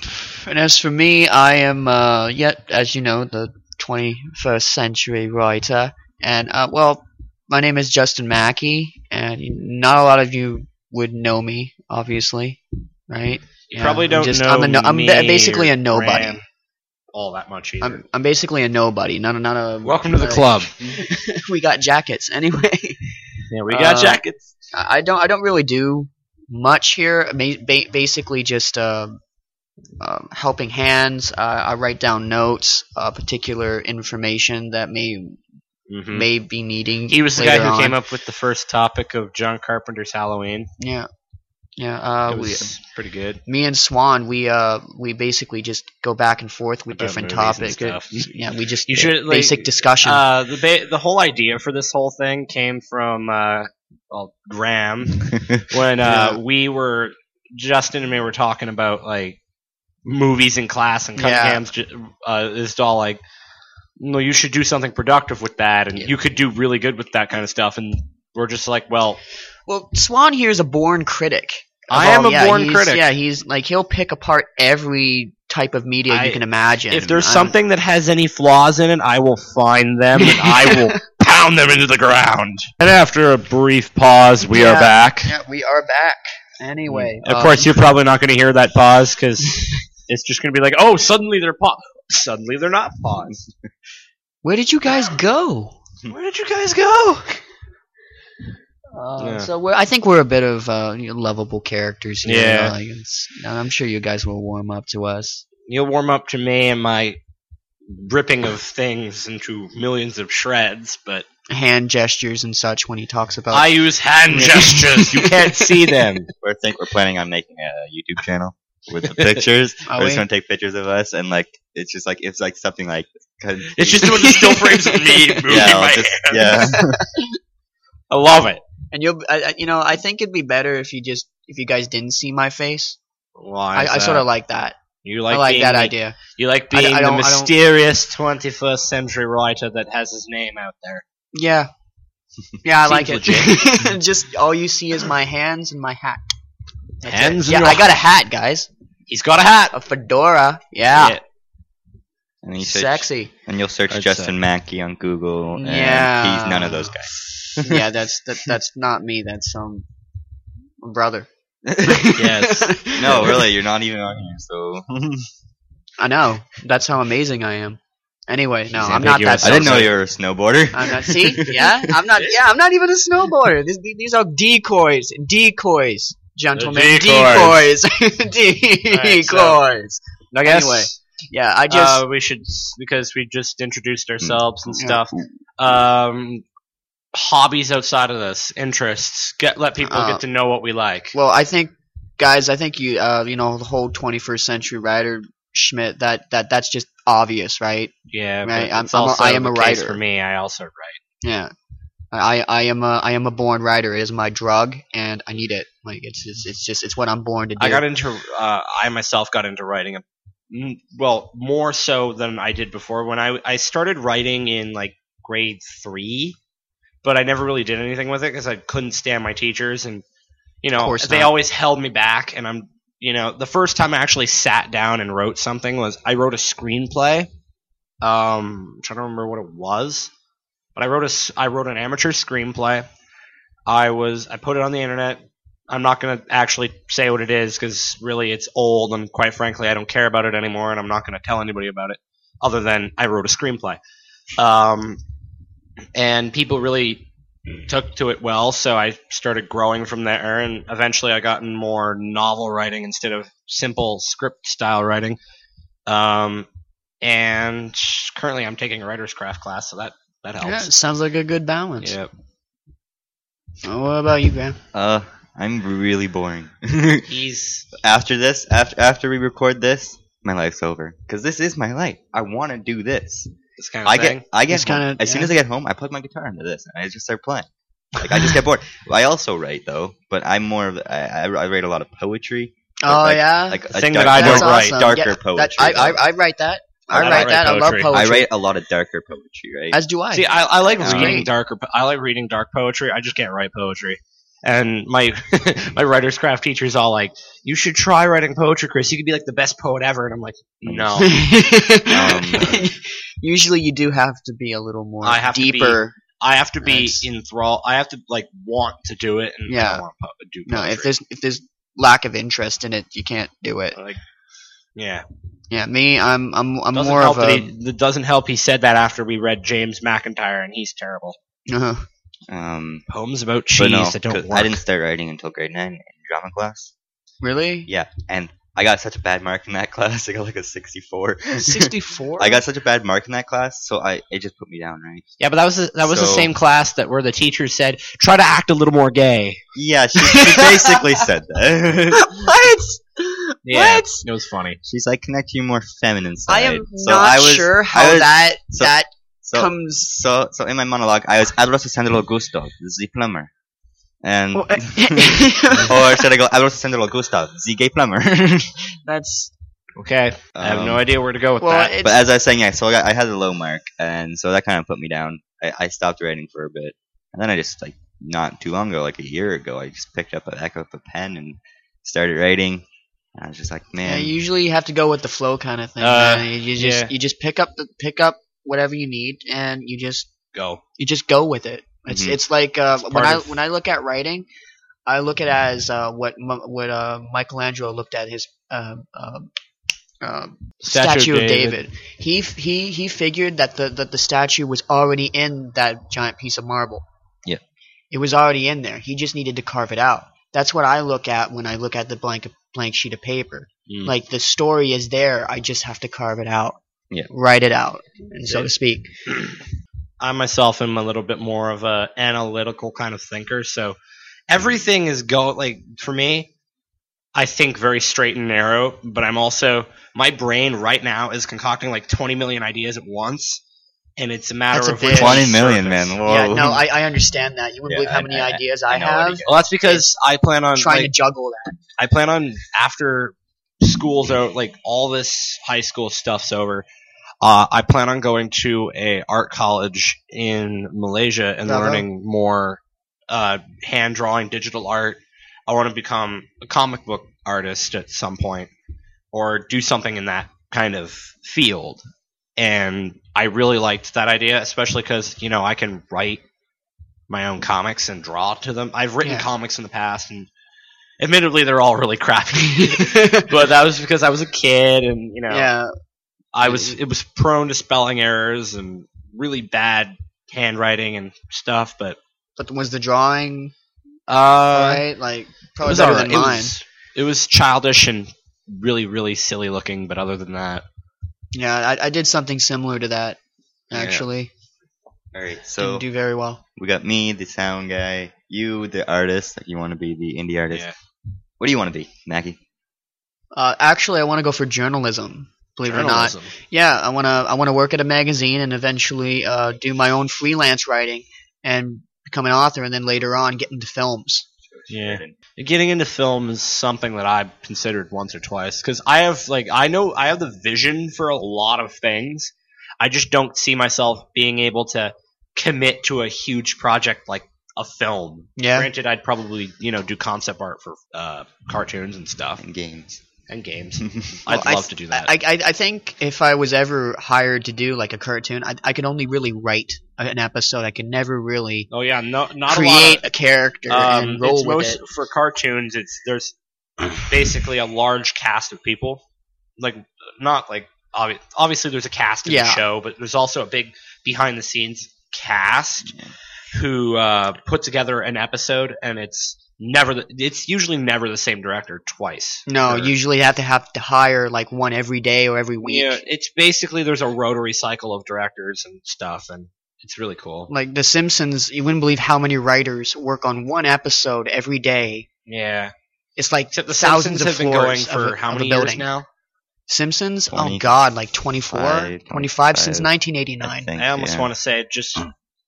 [SPEAKER 2] And as for me, I am uh, yet, as you know, the 21st century writer. And uh, well, my name is Justin Mackey, and not a lot of you would know me, obviously, right?
[SPEAKER 1] You
[SPEAKER 2] Yeah,
[SPEAKER 1] probably
[SPEAKER 2] I'm
[SPEAKER 1] don't
[SPEAKER 2] just-
[SPEAKER 1] know.
[SPEAKER 2] I'm a no- I'm
[SPEAKER 1] me
[SPEAKER 2] ba- basically
[SPEAKER 1] or
[SPEAKER 2] a nobody.
[SPEAKER 1] Graham all that much either.
[SPEAKER 2] I'm, I'm basically a nobody. Not a, not a. [laughs]
[SPEAKER 1] Welcome to the
[SPEAKER 2] like,
[SPEAKER 1] club.
[SPEAKER 2] we got jackets anyway.
[SPEAKER 1] [laughs] Yeah, we got
[SPEAKER 2] Uh,
[SPEAKER 1] jackets.
[SPEAKER 2] I I don't. I don't really do much here. Ma- ba- basically, just um um, helping hands. Uh, I write down notes, uh, particular information that may
[SPEAKER 1] Mhm.
[SPEAKER 2] may be needing.
[SPEAKER 1] He was the
[SPEAKER 2] later
[SPEAKER 1] guy who
[SPEAKER 2] on.
[SPEAKER 1] came up with the first topic of John Carpenter's Halloween.
[SPEAKER 2] Yeah, yeah. Uh,
[SPEAKER 1] it
[SPEAKER 2] we,
[SPEAKER 1] was pretty good.
[SPEAKER 2] me and Swan, we uh, we basically just go back and forth with
[SPEAKER 1] About
[SPEAKER 2] different
[SPEAKER 1] movies
[SPEAKER 2] topics.
[SPEAKER 1] and stuff.
[SPEAKER 2] Yeah, we just
[SPEAKER 1] You should, like,
[SPEAKER 2] basic discussion.
[SPEAKER 1] Uh, the ba- the whole idea for this whole thing came from uh, well, Graham when uh,
[SPEAKER 2] Yeah.
[SPEAKER 1] we were Justin and me were talking about like movies in class, and
[SPEAKER 2] Yeah.
[SPEAKER 1] Cunningham's ju- uh, is all like, "No, you should do something productive with that, and
[SPEAKER 2] Yeah.
[SPEAKER 1] you could do really good with that kind of stuff." And we're just like, "Well,
[SPEAKER 2] well, Swan here is a born critic. of
[SPEAKER 1] I
[SPEAKER 2] all-
[SPEAKER 1] am a
[SPEAKER 2] yeah,
[SPEAKER 1] born
[SPEAKER 2] he's-
[SPEAKER 1] critic.
[SPEAKER 2] Yeah, he's like he'll pick apart every type of media
[SPEAKER 1] I-
[SPEAKER 2] you can imagine.
[SPEAKER 1] if there's
[SPEAKER 2] I'm-
[SPEAKER 1] something that has any flaws in it, I will find
[SPEAKER 2] [laughs]
[SPEAKER 1] [laughs] them and I will pound them into the ground." And after a brief pause, we
[SPEAKER 2] Yeah.
[SPEAKER 1] are back.
[SPEAKER 2] Yeah, we are back. Anyway,
[SPEAKER 1] Of
[SPEAKER 2] um,
[SPEAKER 1] course, you're probably not going to hear that pause because
[SPEAKER 2] [laughs]
[SPEAKER 1] it's just going to be like, oh, suddenly they're paused. Suddenly they're not paused.
[SPEAKER 2] Where did you guys go?
[SPEAKER 1] Where did you guys go?
[SPEAKER 2] Uh,
[SPEAKER 1] Yeah.
[SPEAKER 2] So we're, I think we're a bit of uh, you know, lovable characters here.
[SPEAKER 1] Yeah.
[SPEAKER 2] like, it's- I'm sure you guys will warm up to us.
[SPEAKER 1] You'll warm up to me and my ripping of things into millions of shreds, but
[SPEAKER 2] Hand gestures and such when he talks about.
[SPEAKER 1] I use hand gestures. Oh. You can't see [laughs] them.
[SPEAKER 3] we're think we're planning on making a YouTube channel with the pictures.
[SPEAKER 2] Are we?
[SPEAKER 3] we're just gonna take pictures of us and like it's just like it's like something like
[SPEAKER 4] It's just doing the
[SPEAKER 3] [laughs]
[SPEAKER 4] still
[SPEAKER 1] [laughs]
[SPEAKER 4] frames of me moving
[SPEAKER 3] yeah, I'll
[SPEAKER 4] my
[SPEAKER 3] just-
[SPEAKER 4] hand.
[SPEAKER 3] yeah.
[SPEAKER 1] I love it.
[SPEAKER 2] and you'll, I, I- you know, I think it'd be better if you just if you guys didn't see my face.
[SPEAKER 1] Why?
[SPEAKER 2] I, I sort of like that.
[SPEAKER 1] You like,
[SPEAKER 2] I like
[SPEAKER 1] being
[SPEAKER 2] that
[SPEAKER 1] the-
[SPEAKER 2] idea.
[SPEAKER 1] You like
[SPEAKER 2] I d-
[SPEAKER 1] being
[SPEAKER 2] I
[SPEAKER 1] the
[SPEAKER 2] don't- I don't-
[SPEAKER 1] mysterious 21st century writer that has his name out there. [laughs]
[SPEAKER 2] Yeah. Yeah, I like
[SPEAKER 1] Seems
[SPEAKER 2] it. [laughs] Just all you see is my hands and my hat. That's it.
[SPEAKER 1] Hands and
[SPEAKER 2] Yeah,
[SPEAKER 1] your
[SPEAKER 2] I got a hat, guys.
[SPEAKER 1] He's got a hat.
[SPEAKER 2] A fedora. Yeah.
[SPEAKER 1] Yeah.
[SPEAKER 3] And then you search,
[SPEAKER 2] Sexy.
[SPEAKER 3] And you'll search
[SPEAKER 1] I'd
[SPEAKER 3] Justin
[SPEAKER 1] say.
[SPEAKER 3] Mackey on Google, and
[SPEAKER 2] Yeah.
[SPEAKER 3] he's none of those
[SPEAKER 2] [laughs]
[SPEAKER 3] guys.
[SPEAKER 2] yeah, that's that, that's not me. That's um, my brother.
[SPEAKER 1] Yes.
[SPEAKER 2] [laughs]
[SPEAKER 3] [laughs] No, really, you're not even on here. So
[SPEAKER 2] I know. That's how amazing I am. Anyway, no,
[SPEAKER 1] He's
[SPEAKER 2] I'm not that.
[SPEAKER 1] ambiguous.
[SPEAKER 3] I didn't know
[SPEAKER 2] sexy.
[SPEAKER 3] you were a snowboarder.
[SPEAKER 2] I'm not.
[SPEAKER 3] [laughs]
[SPEAKER 2] See, yeah, I'm not. Yeah, I'm not even a snowboarder. These, these are decoys, decoys, gentlemen,
[SPEAKER 1] decoys.
[SPEAKER 2] decoys, [laughs] decoys.
[SPEAKER 1] Alright, I guess
[SPEAKER 2] Anyway, yeah, I just
[SPEAKER 1] uh, we should because we just introduced ourselves and stuff. Um, hobbies outside of this, interests. Get let people
[SPEAKER 2] Uh,
[SPEAKER 1] get to know what we like.
[SPEAKER 2] well, I think, guys, I think you, uh, you know, the whole 21st century writer Schmidt. That that that's just obvious, right?
[SPEAKER 1] yeah,
[SPEAKER 2] right,
[SPEAKER 1] but
[SPEAKER 2] I'm-
[SPEAKER 1] it's
[SPEAKER 2] I'm a-
[SPEAKER 1] also
[SPEAKER 2] I am
[SPEAKER 1] the
[SPEAKER 2] a
[SPEAKER 1] case
[SPEAKER 2] writer.
[SPEAKER 1] For me, I also write.
[SPEAKER 2] Yeah. I, I I am a I am a born writer. It is my drug, and I need it. Like it's it's, it's just it's what I'm born to do.
[SPEAKER 1] I got into. Uh, I myself got into writing. a- mm, Well, more so than I did before. When I I started writing in like grade three, but I never really did anything with it because I couldn't stand my teachers, and you
[SPEAKER 2] Of
[SPEAKER 1] know
[SPEAKER 2] course
[SPEAKER 1] they
[SPEAKER 2] not.
[SPEAKER 1] always held me back. And I'm you know the first time I actually sat down and wrote something was I wrote a screenplay. Um, I'm trying to remember what it was, but I wrote a s- I wrote an amateur screenplay. I was I put it on the internet. I'm not going to actually say what it is because really it's old and quite frankly I don't care about it anymore and I'm not going to tell anybody about it other than I wrote a screenplay. Um, and people really took to it well, so I started growing from there and eventually I got in more novel writing instead of simple script style writing. Um, and currently I'm taking a writer's craft class, so that, that
[SPEAKER 2] Yeah,
[SPEAKER 1] helps.
[SPEAKER 2] sounds like a good balance.
[SPEAKER 1] Yeah.
[SPEAKER 2] Well, what about you, Graham?
[SPEAKER 3] Uh, I'm really boring. [laughs]
[SPEAKER 1] He's
[SPEAKER 3] after this, after after we record this, my life's over because this is my life. I want to do this.
[SPEAKER 1] this kind of
[SPEAKER 3] I
[SPEAKER 1] thing.
[SPEAKER 3] get, I get
[SPEAKER 2] It's
[SPEAKER 3] home-
[SPEAKER 2] kinda-
[SPEAKER 3] as soon
[SPEAKER 2] yeah.
[SPEAKER 3] as I get home, I plug my guitar into this and I just start playing. Like I just get bored. [laughs] I also write though, but I'm more of I, I I write a lot of poetry.
[SPEAKER 2] Oh
[SPEAKER 3] like-
[SPEAKER 2] yeah,
[SPEAKER 3] Like
[SPEAKER 1] The
[SPEAKER 3] a
[SPEAKER 1] thing that
[SPEAKER 3] dark-
[SPEAKER 1] I
[SPEAKER 2] That's
[SPEAKER 1] don't write.
[SPEAKER 2] awesome.
[SPEAKER 3] darker
[SPEAKER 2] Yeah,
[SPEAKER 3] poetry.
[SPEAKER 2] that, I, I I write that. I,
[SPEAKER 1] I
[SPEAKER 2] write,
[SPEAKER 1] don't write
[SPEAKER 2] that. I love
[SPEAKER 1] poetry.
[SPEAKER 2] poetry.
[SPEAKER 3] I write a lot of darker poetry, right?
[SPEAKER 2] as do I. [laughs]
[SPEAKER 1] See, I, I like
[SPEAKER 2] That's
[SPEAKER 1] reading
[SPEAKER 2] great.
[SPEAKER 1] darker. po- I like reading dark poetry. I just can't write poetry. And my [laughs] my writer's craft teacher's all like, "You should try writing poetry, Chris. You could be like the best poet ever." And I'm like, "No,
[SPEAKER 3] Um,
[SPEAKER 2] [laughs] Usually, you do have to be a little more
[SPEAKER 1] I have to be-
[SPEAKER 2] deeper.
[SPEAKER 1] I have to be
[SPEAKER 2] That's-
[SPEAKER 1] enthralled. I have to like want to do it." And
[SPEAKER 2] Yeah.
[SPEAKER 1] I don't want to po- do
[SPEAKER 2] no,
[SPEAKER 1] poetry.
[SPEAKER 2] if there's if there's lack of interest in it, you can't do it.
[SPEAKER 1] like, yeah,
[SPEAKER 2] Yeah, me, I'm I'm I'm
[SPEAKER 1] doesn't
[SPEAKER 2] more
[SPEAKER 1] help
[SPEAKER 2] of
[SPEAKER 1] that
[SPEAKER 2] a.
[SPEAKER 1] he, it doesn't help. He said that after we read James McIntyre, and he's terrible.
[SPEAKER 2] uh-huh.
[SPEAKER 3] um,
[SPEAKER 1] Poems about
[SPEAKER 3] but
[SPEAKER 1] cheese
[SPEAKER 3] no, 'cause
[SPEAKER 1] that don't work.
[SPEAKER 3] I didn't start writing until grade nine in drama class.
[SPEAKER 2] [laughs] Really?
[SPEAKER 3] Yeah, and I got such a bad mark in that [laughs] class. I got like a sixty-four.
[SPEAKER 1] Sixty-four.
[SPEAKER 3] [laughs] I got such a bad mark in that class, so I it just put me down, right?
[SPEAKER 1] Yeah, but that was the, that was the
[SPEAKER 3] So-
[SPEAKER 1] same class that where the teacher said, "Try to act a little more gay."
[SPEAKER 3] Yeah, she, [laughs] she basically said that.
[SPEAKER 2] [laughs]
[SPEAKER 3] [laughs]
[SPEAKER 2] What?
[SPEAKER 1] Yeah.
[SPEAKER 2] What?
[SPEAKER 1] It was funny.
[SPEAKER 3] She's like, connect to your more feminine side.
[SPEAKER 2] I am
[SPEAKER 3] so
[SPEAKER 2] not
[SPEAKER 3] I was,
[SPEAKER 2] sure
[SPEAKER 3] I
[SPEAKER 2] how
[SPEAKER 3] was-
[SPEAKER 2] that
[SPEAKER 3] so-
[SPEAKER 2] that
[SPEAKER 3] so,
[SPEAKER 2] comes.
[SPEAKER 3] [laughs] so so in my monologue, I was Adolfo Sandro Gustav, the plumber, and
[SPEAKER 2] Well,
[SPEAKER 3] [laughs]
[SPEAKER 2] [laughs]
[SPEAKER 3] or should I go Adolfo Sandro Gustav, the gay plumber? [laughs]
[SPEAKER 2] that's
[SPEAKER 1] Okay, I have
[SPEAKER 3] Um,
[SPEAKER 1] no idea where to go with
[SPEAKER 2] well.
[SPEAKER 1] that.
[SPEAKER 2] It's,
[SPEAKER 3] But as I was saying, yeah, so I, got, I had a low mark, and so that kind of put me down. I, I stopped writing for a bit, and then I just like not too long ago, like a year ago, I just picked up a back up a pen and started writing. And I was just like,
[SPEAKER 2] yeah,
[SPEAKER 3] man,
[SPEAKER 2] usually you have to go with the flow kind of thing.
[SPEAKER 1] Uh,
[SPEAKER 2] man. you just
[SPEAKER 1] yeah.
[SPEAKER 2] you just pick up the pick up whatever you need, and you just
[SPEAKER 1] go.
[SPEAKER 2] you just go with it. It's
[SPEAKER 3] Mhm.
[SPEAKER 2] it's like uh, when
[SPEAKER 1] part
[SPEAKER 2] I
[SPEAKER 1] of-
[SPEAKER 2] when I look at writing, I look at it as uh, what Mo- what uh, Michelangelo looked at his uh, uh, uh, statue, of David. He f- he he figured that the that the statue was already in that giant piece of marble.
[SPEAKER 3] Yeah.
[SPEAKER 2] it was already in there. He just needed to carve it out. That's what I look at when I look at the blank blank sheet of paper.
[SPEAKER 1] Mm.
[SPEAKER 2] Like the story is there. I just have to carve it out.
[SPEAKER 3] Yeah.
[SPEAKER 2] write it out, and so to speak.
[SPEAKER 1] I myself am a little bit more of a analytical kind of thinker, so everything is go like for me. I think very straight and narrow, but I'm also my brain right now is concocting like 20 million ideas at once, and it's a matter
[SPEAKER 2] That's a
[SPEAKER 1] of
[SPEAKER 2] big-
[SPEAKER 1] which
[SPEAKER 3] 20 million,
[SPEAKER 1] surface.
[SPEAKER 3] man. Whoa.
[SPEAKER 2] Yeah, no, I, I understand that. You wouldn't
[SPEAKER 3] Oh. Yeah,
[SPEAKER 2] believe how
[SPEAKER 3] I-
[SPEAKER 2] many
[SPEAKER 3] I-
[SPEAKER 2] ideas
[SPEAKER 3] I
[SPEAKER 2] I,
[SPEAKER 3] know what it
[SPEAKER 2] have
[SPEAKER 3] is.
[SPEAKER 1] Well, that's because I plan on
[SPEAKER 2] trying
[SPEAKER 1] like,
[SPEAKER 2] to juggle that.
[SPEAKER 1] I plan on after school's out, like all this high school stuff's over. Uh, I plan on going to a art college in Malaysia and
[SPEAKER 5] Bravo.
[SPEAKER 1] learning more uh, hand drawing, digital art. I want to become a comic book artist at some point, or do something in that kind of field. And I really liked that idea, especially because you know I can write my own comics and draw to them. I've written
[SPEAKER 2] Yeah.
[SPEAKER 1] comics in the past, and admittedly, they're all really
[SPEAKER 2] [laughs]
[SPEAKER 1] crappy. but that was because I was a kid, and you know,
[SPEAKER 2] Yeah,
[SPEAKER 1] I was it was prone to spelling errors and really bad handwriting and stuff. But
[SPEAKER 2] but was the drawing
[SPEAKER 1] uh,
[SPEAKER 2] right? Like
[SPEAKER 1] it
[SPEAKER 2] probably
[SPEAKER 1] was
[SPEAKER 2] better
[SPEAKER 1] alright.
[SPEAKER 2] than
[SPEAKER 1] It
[SPEAKER 2] mine.
[SPEAKER 1] was, it was childish and really, really silly looking. But other than that,
[SPEAKER 2] Yeah, I, I did something similar to that actually.
[SPEAKER 3] All right, so
[SPEAKER 2] Didn't do very well.
[SPEAKER 3] we got me, the sound guy, you, the artist. You want to be the indie artist.
[SPEAKER 1] Yeah.
[SPEAKER 3] What do you want to be, Mackie?
[SPEAKER 2] Uh, actually, I want to go for journalism. Believe it or not.
[SPEAKER 1] journalism.
[SPEAKER 2] Yeah, I wanna I wanna work at a magazine and eventually uh, do my own freelance writing and become an author, and then later on get into films.
[SPEAKER 3] [laughs]
[SPEAKER 1] Yeah. Getting into film is something that I've considered once or twice because I have like I know I have the vision for a lot of things. I just don't see myself being able to commit to a huge project like a film.
[SPEAKER 2] Yeah,
[SPEAKER 1] Granted, I'd probably you know do concept art for uh, cartoons and stuff
[SPEAKER 3] And games.
[SPEAKER 1] and games.
[SPEAKER 2] Hmm. Well,
[SPEAKER 1] I'd
[SPEAKER 2] I
[SPEAKER 1] love
[SPEAKER 2] th-
[SPEAKER 1] to do that.
[SPEAKER 2] I, I I think if I was ever hired to do like a cartoon, I I could only really write an episode. I could never really
[SPEAKER 1] oh yeah, no, not a lot.
[SPEAKER 2] create
[SPEAKER 1] Of,
[SPEAKER 2] a, character
[SPEAKER 1] um,
[SPEAKER 2] and roll
[SPEAKER 1] it's
[SPEAKER 2] with
[SPEAKER 1] most
[SPEAKER 2] it.
[SPEAKER 1] for cartoons. It's
[SPEAKER 2] [clears throat]
[SPEAKER 1] there's basically a large cast of people, like not like obvi- obviously there's a cast in the
[SPEAKER 2] Yeah.
[SPEAKER 1] show, but there's also a big behind the scenes cast who uh, put together an episode, and it's never the, it's usually never the same director twice.
[SPEAKER 2] No,
[SPEAKER 1] Or-
[SPEAKER 2] usually you have to have to hire like one every day or every week.
[SPEAKER 1] Yeah, it's basically there's a rotary cycle of directors and stuff, and it's really cool.
[SPEAKER 2] Like The Simpsons, you wouldn't believe how many writers work on one episode every day.
[SPEAKER 1] Yeah,
[SPEAKER 2] It's like
[SPEAKER 1] except the
[SPEAKER 2] thousands
[SPEAKER 1] Simpsons have
[SPEAKER 2] of
[SPEAKER 1] been going
[SPEAKER 2] floors
[SPEAKER 1] for
[SPEAKER 2] of a-
[SPEAKER 1] how
[SPEAKER 2] of a
[SPEAKER 1] many years
[SPEAKER 2] building.
[SPEAKER 1] now?
[SPEAKER 2] Simpsons?
[SPEAKER 3] Twenty-
[SPEAKER 2] oh God, like 24,
[SPEAKER 3] five,
[SPEAKER 2] 25, since
[SPEAKER 3] five, I
[SPEAKER 2] 1989.
[SPEAKER 3] think,
[SPEAKER 1] I almost
[SPEAKER 3] yeah.
[SPEAKER 1] want to say just.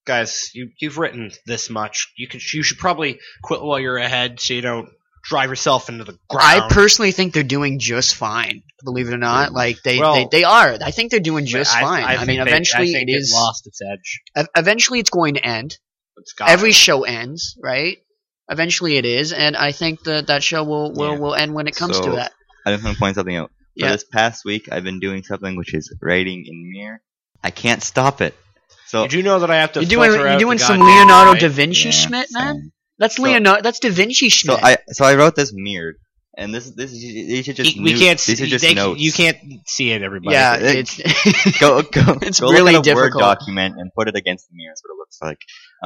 [SPEAKER 1] Guys, you, you've written this much. You could you should probably quit while you're ahead, so you don't drive yourself into the ground.
[SPEAKER 2] I personally think they're doing just fine. Believe it or not, like they,
[SPEAKER 1] Well-
[SPEAKER 2] they, they are. I think they're doing just
[SPEAKER 1] I-
[SPEAKER 2] fine. I,
[SPEAKER 1] think
[SPEAKER 2] mean,
[SPEAKER 1] they-
[SPEAKER 2] eventually
[SPEAKER 1] I think
[SPEAKER 2] it is.
[SPEAKER 1] lost its edge.
[SPEAKER 2] ev- Eventually, it's going to end.
[SPEAKER 1] It's got
[SPEAKER 2] every show ends, right? Eventually, it is, and I think that that show will will,
[SPEAKER 3] Yeah.
[SPEAKER 2] will end when it comes
[SPEAKER 3] So-
[SPEAKER 2] to that.
[SPEAKER 3] I just want to point something out. For
[SPEAKER 2] Yeah.
[SPEAKER 3] this past week, I've been doing something which is writing in mirror. I can't stop it. So
[SPEAKER 1] You do know that I have to.
[SPEAKER 2] You're doing
[SPEAKER 1] filter
[SPEAKER 2] you're
[SPEAKER 1] out
[SPEAKER 2] doing
[SPEAKER 1] the
[SPEAKER 2] some
[SPEAKER 1] goddamn
[SPEAKER 2] Leonardo
[SPEAKER 1] right?
[SPEAKER 2] da Vinci
[SPEAKER 3] Yeah,
[SPEAKER 2] Schmidt, man.
[SPEAKER 3] same.
[SPEAKER 2] That's
[SPEAKER 3] So-
[SPEAKER 2] Leonardo. That's da Vinci
[SPEAKER 3] So
[SPEAKER 2] Schmidt.
[SPEAKER 3] I so I wrote this mirrored, and this this these are just
[SPEAKER 1] You- we
[SPEAKER 3] new-
[SPEAKER 1] can't.
[SPEAKER 3] these are
[SPEAKER 1] see-
[SPEAKER 3] just
[SPEAKER 1] they-
[SPEAKER 3] notes.
[SPEAKER 1] You can't see it, everybody.
[SPEAKER 2] yeah,
[SPEAKER 3] It-
[SPEAKER 2] it's
[SPEAKER 3] [laughs]
[SPEAKER 2] [laughs]
[SPEAKER 3] go
[SPEAKER 1] [laughs]
[SPEAKER 3] go.
[SPEAKER 2] It's
[SPEAKER 3] go
[SPEAKER 2] really
[SPEAKER 3] look at a
[SPEAKER 2] difficult.
[SPEAKER 3] Word document and put it against the mirror. Is what it looks like.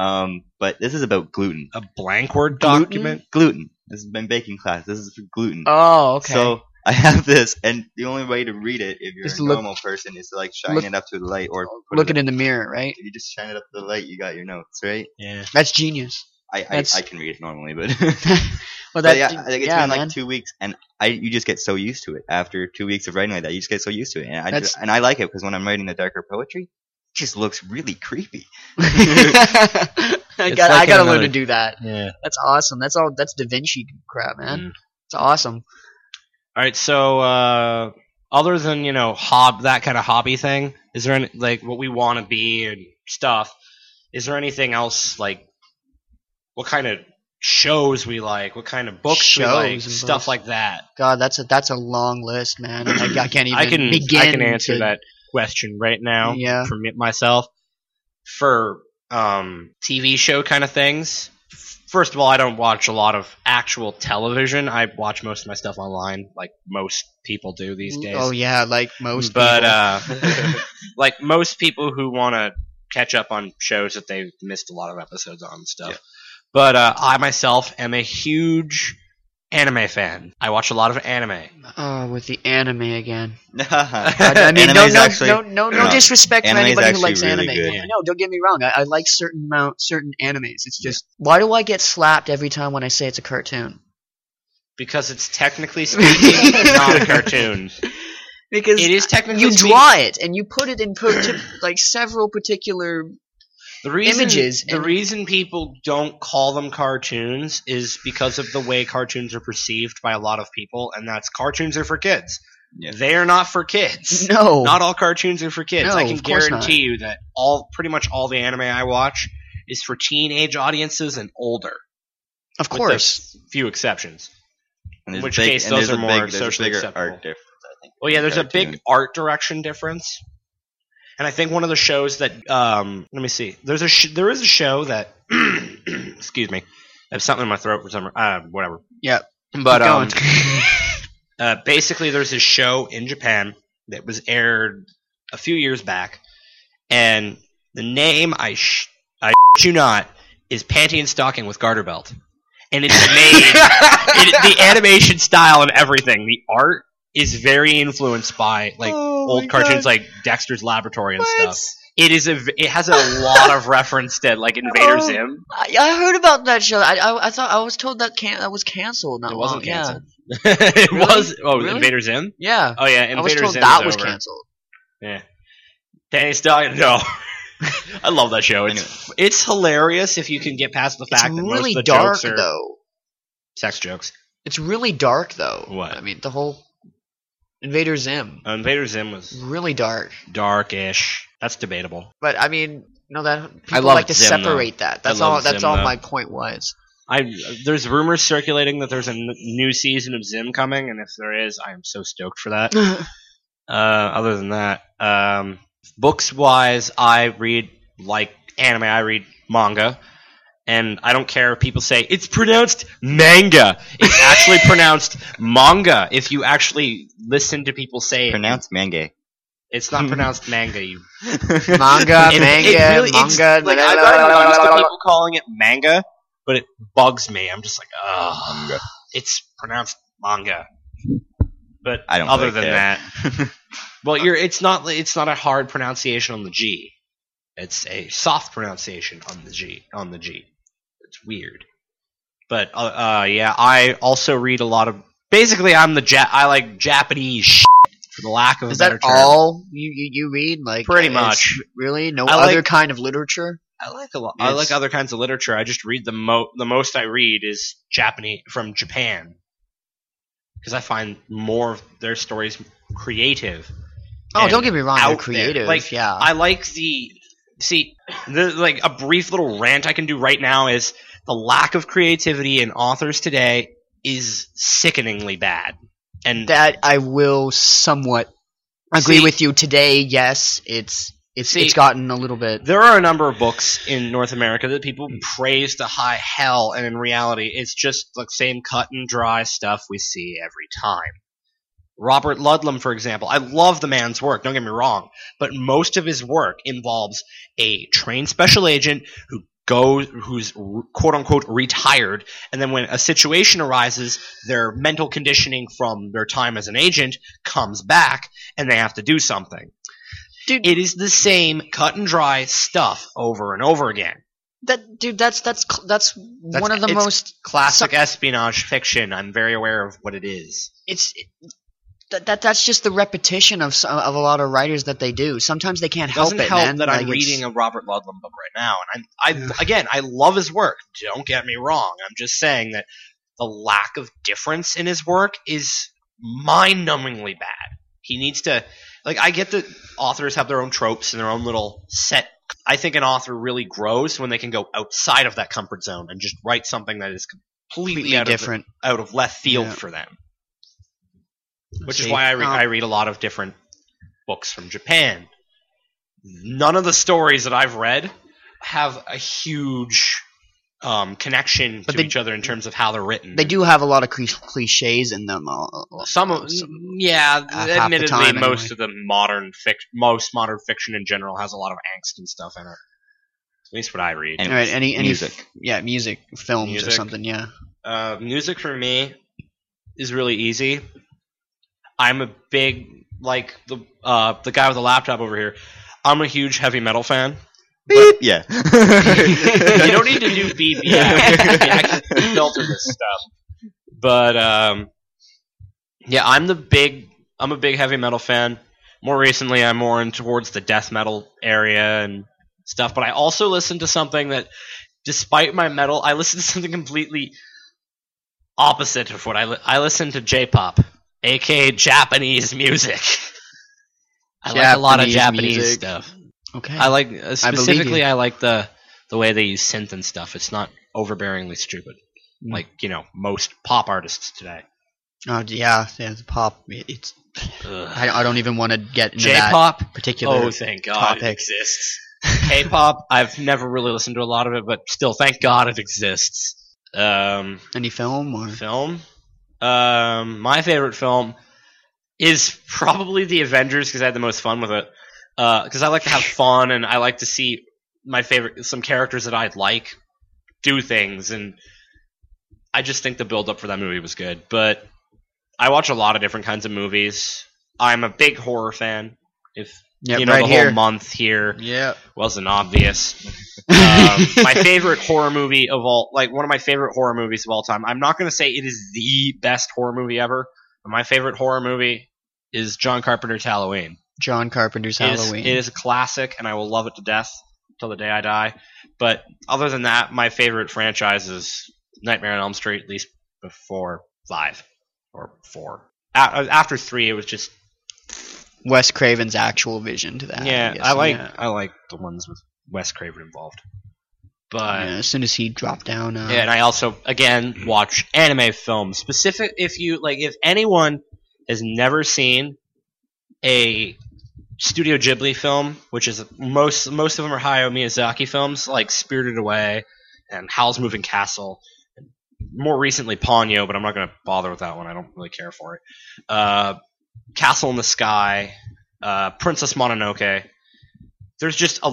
[SPEAKER 3] Um, but this is about gluten.
[SPEAKER 1] a blank word
[SPEAKER 3] Gluten?
[SPEAKER 1] document.
[SPEAKER 3] Gluten. This has been baking class. This is for gluten.
[SPEAKER 2] oh okay.
[SPEAKER 3] So I have this, and the only way to read it if you're
[SPEAKER 2] Just
[SPEAKER 3] a
[SPEAKER 2] look-
[SPEAKER 3] normal person is to like shine
[SPEAKER 2] look-
[SPEAKER 3] it up to the light or put
[SPEAKER 2] Look
[SPEAKER 3] it
[SPEAKER 2] it in the mirror, right?
[SPEAKER 3] If you just shine it up to the light, you got your notes, right?
[SPEAKER 1] Yeah.
[SPEAKER 2] That's genius.
[SPEAKER 3] I I,
[SPEAKER 2] That's-
[SPEAKER 3] I can read it normally,
[SPEAKER 1] [laughs]
[SPEAKER 3] but
[SPEAKER 2] Well,
[SPEAKER 3] But
[SPEAKER 2] that
[SPEAKER 3] yeah, I think it's
[SPEAKER 2] yeah,
[SPEAKER 3] been like
[SPEAKER 2] man.
[SPEAKER 3] two weeks, and I you just get so used to it after two weeks of writing like that. You just get so used to it, and I
[SPEAKER 2] That's-
[SPEAKER 3] just, and I like it because when I'm writing the darker poetry, it just looks
[SPEAKER 2] [laughs]
[SPEAKER 3] really creepy. [laughs]
[SPEAKER 2] I [laughs]
[SPEAKER 1] It's
[SPEAKER 2] got
[SPEAKER 1] like
[SPEAKER 2] I got to
[SPEAKER 1] in
[SPEAKER 2] learn to
[SPEAKER 1] another-
[SPEAKER 2] do that.
[SPEAKER 1] Yeah.
[SPEAKER 2] That's awesome. That's all. That's Da Vinci crap, man.
[SPEAKER 1] Mm.
[SPEAKER 2] It's awesome.
[SPEAKER 1] All right. So, uh, other than you know, hob that kind of hobby thing, is there any like what we want to be and stuff? Is there anything else like what kind of shows we like? What kind of books we
[SPEAKER 2] Shows
[SPEAKER 1] like?
[SPEAKER 2] and
[SPEAKER 1] Stuff
[SPEAKER 2] books.
[SPEAKER 1] like that.
[SPEAKER 2] God, that's a that's a long list, man. Like, I can't even
[SPEAKER 1] I can
[SPEAKER 2] begin.
[SPEAKER 1] I can answer
[SPEAKER 2] to-
[SPEAKER 1] that question right now.
[SPEAKER 2] Yeah.
[SPEAKER 1] for me, myself for um, TV show kind of things. First of all, I don't watch a lot of actual television. I watch most of my stuff online, like most people do these days.
[SPEAKER 2] Oh yeah, like most.
[SPEAKER 1] but
[SPEAKER 2] people.
[SPEAKER 1] uh,
[SPEAKER 3] [laughs]
[SPEAKER 1] like most people who want to catch up on shows that they missed a lot of episodes on and stuff.
[SPEAKER 3] Yeah.
[SPEAKER 1] But uh, I myself am a huge anime fan. I watch a lot of anime.
[SPEAKER 2] oh, with the anime again.
[SPEAKER 3] I,
[SPEAKER 2] God,
[SPEAKER 1] [laughs]
[SPEAKER 2] I mean, no,
[SPEAKER 3] Anime's
[SPEAKER 2] no,
[SPEAKER 3] actually-
[SPEAKER 2] no, no, no
[SPEAKER 1] Oh,
[SPEAKER 3] no.
[SPEAKER 2] disrespect to
[SPEAKER 3] Anime's
[SPEAKER 2] anybody who
[SPEAKER 3] actually
[SPEAKER 2] likes
[SPEAKER 3] really
[SPEAKER 2] anime.
[SPEAKER 3] good.
[SPEAKER 2] No, no, don't get me wrong. I, I like certain amount, certain animes. It's just why do I get slapped every time when I say it's a cartoon?
[SPEAKER 1] Because it's technically speaking not a cartoon.
[SPEAKER 2] Because
[SPEAKER 1] It is technically
[SPEAKER 2] you
[SPEAKER 1] speaking- [clears throat]
[SPEAKER 2] draw it and you put it in per- like several particular
[SPEAKER 1] The reason,
[SPEAKER 2] images
[SPEAKER 1] The
[SPEAKER 2] and-
[SPEAKER 1] reason people don't call them cartoons is because of the way cartoons are perceived by a lot of people, and that's cartoons are for kids.
[SPEAKER 3] Yeah.
[SPEAKER 1] They are not for kids.
[SPEAKER 2] No.
[SPEAKER 1] Not all cartoons are for kids.
[SPEAKER 2] No,
[SPEAKER 1] I can
[SPEAKER 2] of course
[SPEAKER 1] guarantee you that all pretty much all the anime I watch is for teenage audiences and older.
[SPEAKER 2] of
[SPEAKER 1] with
[SPEAKER 2] course.
[SPEAKER 1] those few exceptions.
[SPEAKER 3] And there's
[SPEAKER 1] Which
[SPEAKER 3] a big,
[SPEAKER 1] case
[SPEAKER 3] and
[SPEAKER 1] those
[SPEAKER 3] there's a
[SPEAKER 1] are more
[SPEAKER 3] big, there's a
[SPEAKER 1] socially
[SPEAKER 3] bigger
[SPEAKER 1] acceptable.
[SPEAKER 3] art difference. I think.
[SPEAKER 1] Well, yeah, there's a big
[SPEAKER 3] Cartoon.
[SPEAKER 1] art direction difference, and I think one of the shows that um, let me see, there's a sh- there is a show that [clears throat] excuse me, I have something in my throat for some uh, whatever. But
[SPEAKER 2] Keep
[SPEAKER 1] um,
[SPEAKER 2] going.
[SPEAKER 1] uh, basically, there's this show in Japan that was aired a few years back, and the name I sh- I shit you not is Panty and Stocking with Garter Belt,
[SPEAKER 2] [laughs]
[SPEAKER 1] and it's made it, the animation style and everything, the art is very influenced by [laughs] like
[SPEAKER 2] Oh
[SPEAKER 1] old cartoons like Dexter's Laboratory and stuff. It is a v- it has a lot of reference to like Invader
[SPEAKER 2] Oh, [laughs]
[SPEAKER 1] Zim. [laughs]
[SPEAKER 2] I, I heard about that show. I, I, I thought I was told that can that was canceled. Not
[SPEAKER 1] It
[SPEAKER 2] long.
[SPEAKER 1] wasn't canceled. it
[SPEAKER 2] Really?
[SPEAKER 1] was oh
[SPEAKER 2] Really?
[SPEAKER 1] Invader Zim.
[SPEAKER 2] Yeah.
[SPEAKER 1] Oh yeah,
[SPEAKER 2] yeah.
[SPEAKER 1] Invader
[SPEAKER 2] I was told
[SPEAKER 1] Zim
[SPEAKER 2] that
[SPEAKER 1] is
[SPEAKER 2] was
[SPEAKER 1] over.
[SPEAKER 2] canceled.
[SPEAKER 1] Yeah, Danny Stallion. No, [laughs] I love that show. It's it's hilarious if you can get past the
[SPEAKER 2] It's
[SPEAKER 1] fact that most
[SPEAKER 2] really
[SPEAKER 1] of the
[SPEAKER 2] dark
[SPEAKER 1] jokes are
[SPEAKER 2] though.
[SPEAKER 1] sex jokes.
[SPEAKER 2] It's really dark though.
[SPEAKER 1] What?
[SPEAKER 2] I mean, the whole Invader Zim
[SPEAKER 1] Uh, Invader Zim was
[SPEAKER 2] really dark.
[SPEAKER 1] darkish. That's debatable.
[SPEAKER 2] But I mean, no, that people
[SPEAKER 1] love
[SPEAKER 2] like to
[SPEAKER 1] Zim, though.
[SPEAKER 2] separate that. That's
[SPEAKER 1] love
[SPEAKER 2] all. That's
[SPEAKER 1] Zim,
[SPEAKER 2] all
[SPEAKER 1] though.
[SPEAKER 2] my point
[SPEAKER 1] [laughs]
[SPEAKER 2] was.
[SPEAKER 1] I there's rumors circulating that there's a n- new season of Zim coming, and if there is, I am so stoked for that. Uh, other than that, um, books wise, I read like anime. I read manga, and I don't care if people say it's pronounced manga. It's
[SPEAKER 3] [laughs]
[SPEAKER 1] actually pronounced manga. If you actually listen to people
[SPEAKER 3] [laughs]
[SPEAKER 1] say it,
[SPEAKER 3] Pronounce manga.
[SPEAKER 1] it's not pronounced manga. You
[SPEAKER 2] [laughs]
[SPEAKER 3] [laughs]
[SPEAKER 2] manga,
[SPEAKER 1] It-
[SPEAKER 2] manga,
[SPEAKER 1] it really- it's-
[SPEAKER 2] manga.
[SPEAKER 1] Like I got used to people calling it
[SPEAKER 2] [laughs]
[SPEAKER 1] manga, but it bugs me. I'm just like, oh, it's pronounced manga. But
[SPEAKER 3] I don't
[SPEAKER 1] other
[SPEAKER 3] really
[SPEAKER 1] than
[SPEAKER 3] care.
[SPEAKER 1] that, well, you're it's not it's not a hard pronunciation on the G. It's a soft pronunciation on the G on the G. It's weird, but uh, uh yeah, I also read a lot of. Basically, I'm the ja- I like Japanese shit, for the lack of a
[SPEAKER 2] Is
[SPEAKER 1] better
[SPEAKER 2] that
[SPEAKER 1] term.
[SPEAKER 2] all you, you, you read? Like
[SPEAKER 1] Pretty
[SPEAKER 2] it's
[SPEAKER 1] much.
[SPEAKER 2] Really? No
[SPEAKER 1] I
[SPEAKER 2] other
[SPEAKER 1] like-
[SPEAKER 2] kind of literature?
[SPEAKER 1] I like a lot. I
[SPEAKER 2] It's-
[SPEAKER 1] like other kinds of literature. I just read the mo the most I read is Japanese from Japan because I find more of their stories creative.
[SPEAKER 2] Oh,
[SPEAKER 1] and
[SPEAKER 2] don't get me wrong.
[SPEAKER 1] out
[SPEAKER 2] They're
[SPEAKER 1] there.
[SPEAKER 2] creative.
[SPEAKER 1] Like,
[SPEAKER 2] yeah.
[SPEAKER 1] I like the see the like a brief little rant I can do right now is the lack of creativity in authors today is sickeningly bad. And
[SPEAKER 2] that I will somewhat agree
[SPEAKER 1] See-
[SPEAKER 2] with you today. Yes, it's it's
[SPEAKER 1] See-
[SPEAKER 2] it's gotten a little bit.
[SPEAKER 1] There are a number of books in North America that people praise to high hell, and in reality, it's just the same cut and dry stuff we see every time. Robert Ludlum, for example, I love the man's work, don't get me wrong, but most of his work involves a trained special agent who goes, who's quote unquote retired, and then when a situation arises, their mental conditioning from their time as an agent comes back, and they have to do something.
[SPEAKER 2] Dude,
[SPEAKER 1] It is the same cut and dry stuff over and over again.
[SPEAKER 2] that dude, that's that's cl- that's,
[SPEAKER 1] That's-
[SPEAKER 2] one of the
[SPEAKER 1] it's
[SPEAKER 2] most
[SPEAKER 1] Classic
[SPEAKER 2] So-
[SPEAKER 1] espionage fiction. I'm very aware of what it is.
[SPEAKER 2] it's. that, that that's just the repetition of some, of a lot of writers that they do. Sometimes they can't
[SPEAKER 1] It doesn't
[SPEAKER 2] help it,
[SPEAKER 1] help
[SPEAKER 2] man.
[SPEAKER 1] that I'm
[SPEAKER 2] Like, it's-
[SPEAKER 1] reading a Robert Ludlum book right now, and I'm, I again, I love his work. Don't get me wrong. I'm just saying that the lack of difference in his work is mind-numbingly bad. He needs to like I get that authors have their own tropes and their own little set. I think an author really grows when they can go outside of that comfort zone and just write something that is completely,
[SPEAKER 2] completely
[SPEAKER 1] out of the-
[SPEAKER 2] different.
[SPEAKER 1] out of left field
[SPEAKER 2] Yeah.
[SPEAKER 1] for them. Which
[SPEAKER 2] See,
[SPEAKER 1] is why I, re-
[SPEAKER 2] um,
[SPEAKER 1] I read a lot of different books from Japan. None of the stories that I've read have a huge um, connection
[SPEAKER 2] But
[SPEAKER 1] to
[SPEAKER 2] they-
[SPEAKER 1] each other in terms of how they're written.
[SPEAKER 2] They do have a lot of cli- cliches in them. All,
[SPEAKER 1] Some of
[SPEAKER 2] some-
[SPEAKER 1] yeah,
[SPEAKER 2] half the
[SPEAKER 1] admittedly,
[SPEAKER 2] time,
[SPEAKER 1] most
[SPEAKER 2] anyway.
[SPEAKER 1] of the modern fic, most modern fiction in general has a lot of angst and stuff in it. At least what I read.
[SPEAKER 2] all
[SPEAKER 3] Anyways,
[SPEAKER 2] right, any any
[SPEAKER 3] music.
[SPEAKER 2] yeah, music, films or
[SPEAKER 1] Music.
[SPEAKER 2] something. Yeah,
[SPEAKER 1] Uh, music for me is really easy. I'm a big like the uh, the guy with the laptop over here. I'm a huge heavy metal fan.
[SPEAKER 3] Beep. [laughs] Yeah.
[SPEAKER 1] you don't need
[SPEAKER 2] [laughs]
[SPEAKER 1] to do BBF. I can filter this stuff. But um, yeah, I'm the big I'm a big heavy metal fan. More recently, I'm more in towards the death metal area and stuff, but I also listened to something that, despite my metal, I listened to something completely opposite of what I li- I listened to J-pop, aka Japanese music. I like a lot of
[SPEAKER 2] Japanese
[SPEAKER 1] Japanese
[SPEAKER 2] music.
[SPEAKER 1] stuff.
[SPEAKER 2] Okay.
[SPEAKER 1] I like uh,
[SPEAKER 2] I believe
[SPEAKER 1] specifically.
[SPEAKER 2] you.
[SPEAKER 1] I, like the the way they use synth and stuff. It's not overbearingly stupid, like you know most pop artists today.
[SPEAKER 2] oh yeah, yeah the pop. it- It's
[SPEAKER 1] J
[SPEAKER 2] I, I don't even want to get into that
[SPEAKER 1] pop.
[SPEAKER 2] particular.
[SPEAKER 1] Oh, thank God it
[SPEAKER 2] topic.
[SPEAKER 1] exists. [laughs] K-pop. I've never really listened to a lot of it, but still, thank God it exists. Um,
[SPEAKER 2] Any film or
[SPEAKER 1] film. Um, my favorite film is probably the Avengers because I had the most fun with it. Because I
[SPEAKER 2] [laughs]
[SPEAKER 1] like to have fun and I like to see my favorite some characters that I like do things, and I just think the build up for that movie was good. But I watch a lot of different kinds of movies. I'm a big horror fan. If
[SPEAKER 2] yeah,
[SPEAKER 1] you know
[SPEAKER 2] right
[SPEAKER 1] the
[SPEAKER 2] here.
[SPEAKER 1] whole month here
[SPEAKER 2] yeah.
[SPEAKER 1] wasn't obvious um, my favorite horror movie of all, like one of my favorite horror movies of all time. I'm not going to say it is the best horror movie ever, but my favorite horror movie is John Carpenter's Halloween.
[SPEAKER 2] John Carpenter's
[SPEAKER 1] It is-
[SPEAKER 2] Halloween.
[SPEAKER 1] it is a classic, and I will love it to death till the day I die. But other than that, my favorite franchise is Nightmare on Elm Street, at least before five or four. A- uh, after three, it was just
[SPEAKER 2] Wes Craven's actual vision to that. I'm
[SPEAKER 1] yeah. I
[SPEAKER 2] guessing,
[SPEAKER 1] like
[SPEAKER 2] Ah, yeah.
[SPEAKER 1] I like the ones with Wes Craven involved, but.
[SPEAKER 2] Yeah, as soon as he dropped down, uh,
[SPEAKER 1] Yeah, and I also again watch anime films. Specific if you like if anyone has never seen a Studio Ghibli film, which is most most of them are Hayao Miyazaki films, like Spirited Away and Howl's Moving Castle, and more recently Ponyo, but I'm not going to bother with that one. I don't really care for it. Uh, Castle in the Sky, uh, Princess Mononoke there's just a,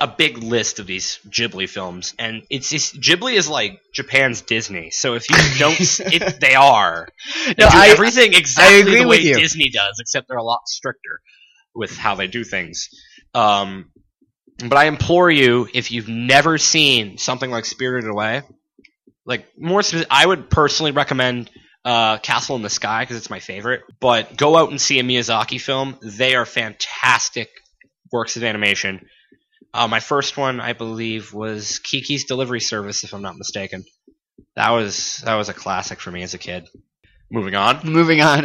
[SPEAKER 1] a big list of these Ghibli films, and it's just, Ghibli is like Japan's Disney. So if you don't,
[SPEAKER 2] [laughs]
[SPEAKER 1] s- it, they are. They
[SPEAKER 2] No,
[SPEAKER 1] do
[SPEAKER 2] I-
[SPEAKER 1] everything exactly
[SPEAKER 2] agree
[SPEAKER 1] the way
[SPEAKER 2] with you.
[SPEAKER 1] Disney does, except they're a lot stricter with how they do things. Um, but I implore you, if you've never seen something like Spirited Away, like more specific, I would personally recommend uh, Castle in the Sky because it's my favorite. But go out and see a Miyazaki film; they are fantastic works of animation. Uh, my first one, I believe, was Kiki's Delivery Service, if I'm not mistaken. That was that was a classic for me as a kid. Moving on,
[SPEAKER 2] Moving on. [laughs]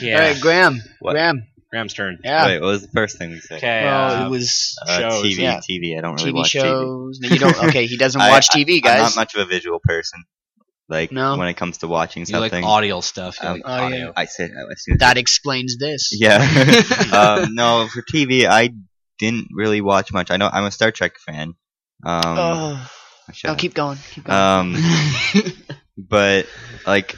[SPEAKER 1] Yeah.
[SPEAKER 2] All right, Graham.
[SPEAKER 3] What?
[SPEAKER 2] Graham.
[SPEAKER 1] Graham's turn.
[SPEAKER 2] Yeah.
[SPEAKER 3] Wait, what was the first thing we said?
[SPEAKER 1] Okay,
[SPEAKER 2] well,
[SPEAKER 1] uh,
[SPEAKER 2] it was
[SPEAKER 3] Uh,
[SPEAKER 1] shows,
[SPEAKER 3] TV,
[SPEAKER 2] yeah.
[SPEAKER 3] TV. I don't really
[SPEAKER 2] TV
[SPEAKER 3] watch TV.
[SPEAKER 2] shows. No, you don't. Okay, he doesn't
[SPEAKER 3] [laughs] I-
[SPEAKER 2] watch TV,
[SPEAKER 3] I'm
[SPEAKER 2] guys.
[SPEAKER 3] not much of a visual person. Like
[SPEAKER 2] No?
[SPEAKER 3] when it comes to watching
[SPEAKER 1] you like
[SPEAKER 3] something,
[SPEAKER 1] audio stuff. You
[SPEAKER 3] Um,
[SPEAKER 1] like
[SPEAKER 2] oh, yeah.
[SPEAKER 1] audio.
[SPEAKER 3] I said I assume
[SPEAKER 2] that explains this. [laughs]
[SPEAKER 3] Yeah. [laughs] um, no, for TV, I didn't really watch much. I know I'm a Star Trek fan. Um,
[SPEAKER 2] Oh,
[SPEAKER 3] shut
[SPEAKER 2] no,
[SPEAKER 3] up.
[SPEAKER 2] keep going. Keep going. [laughs]
[SPEAKER 3] um, but like,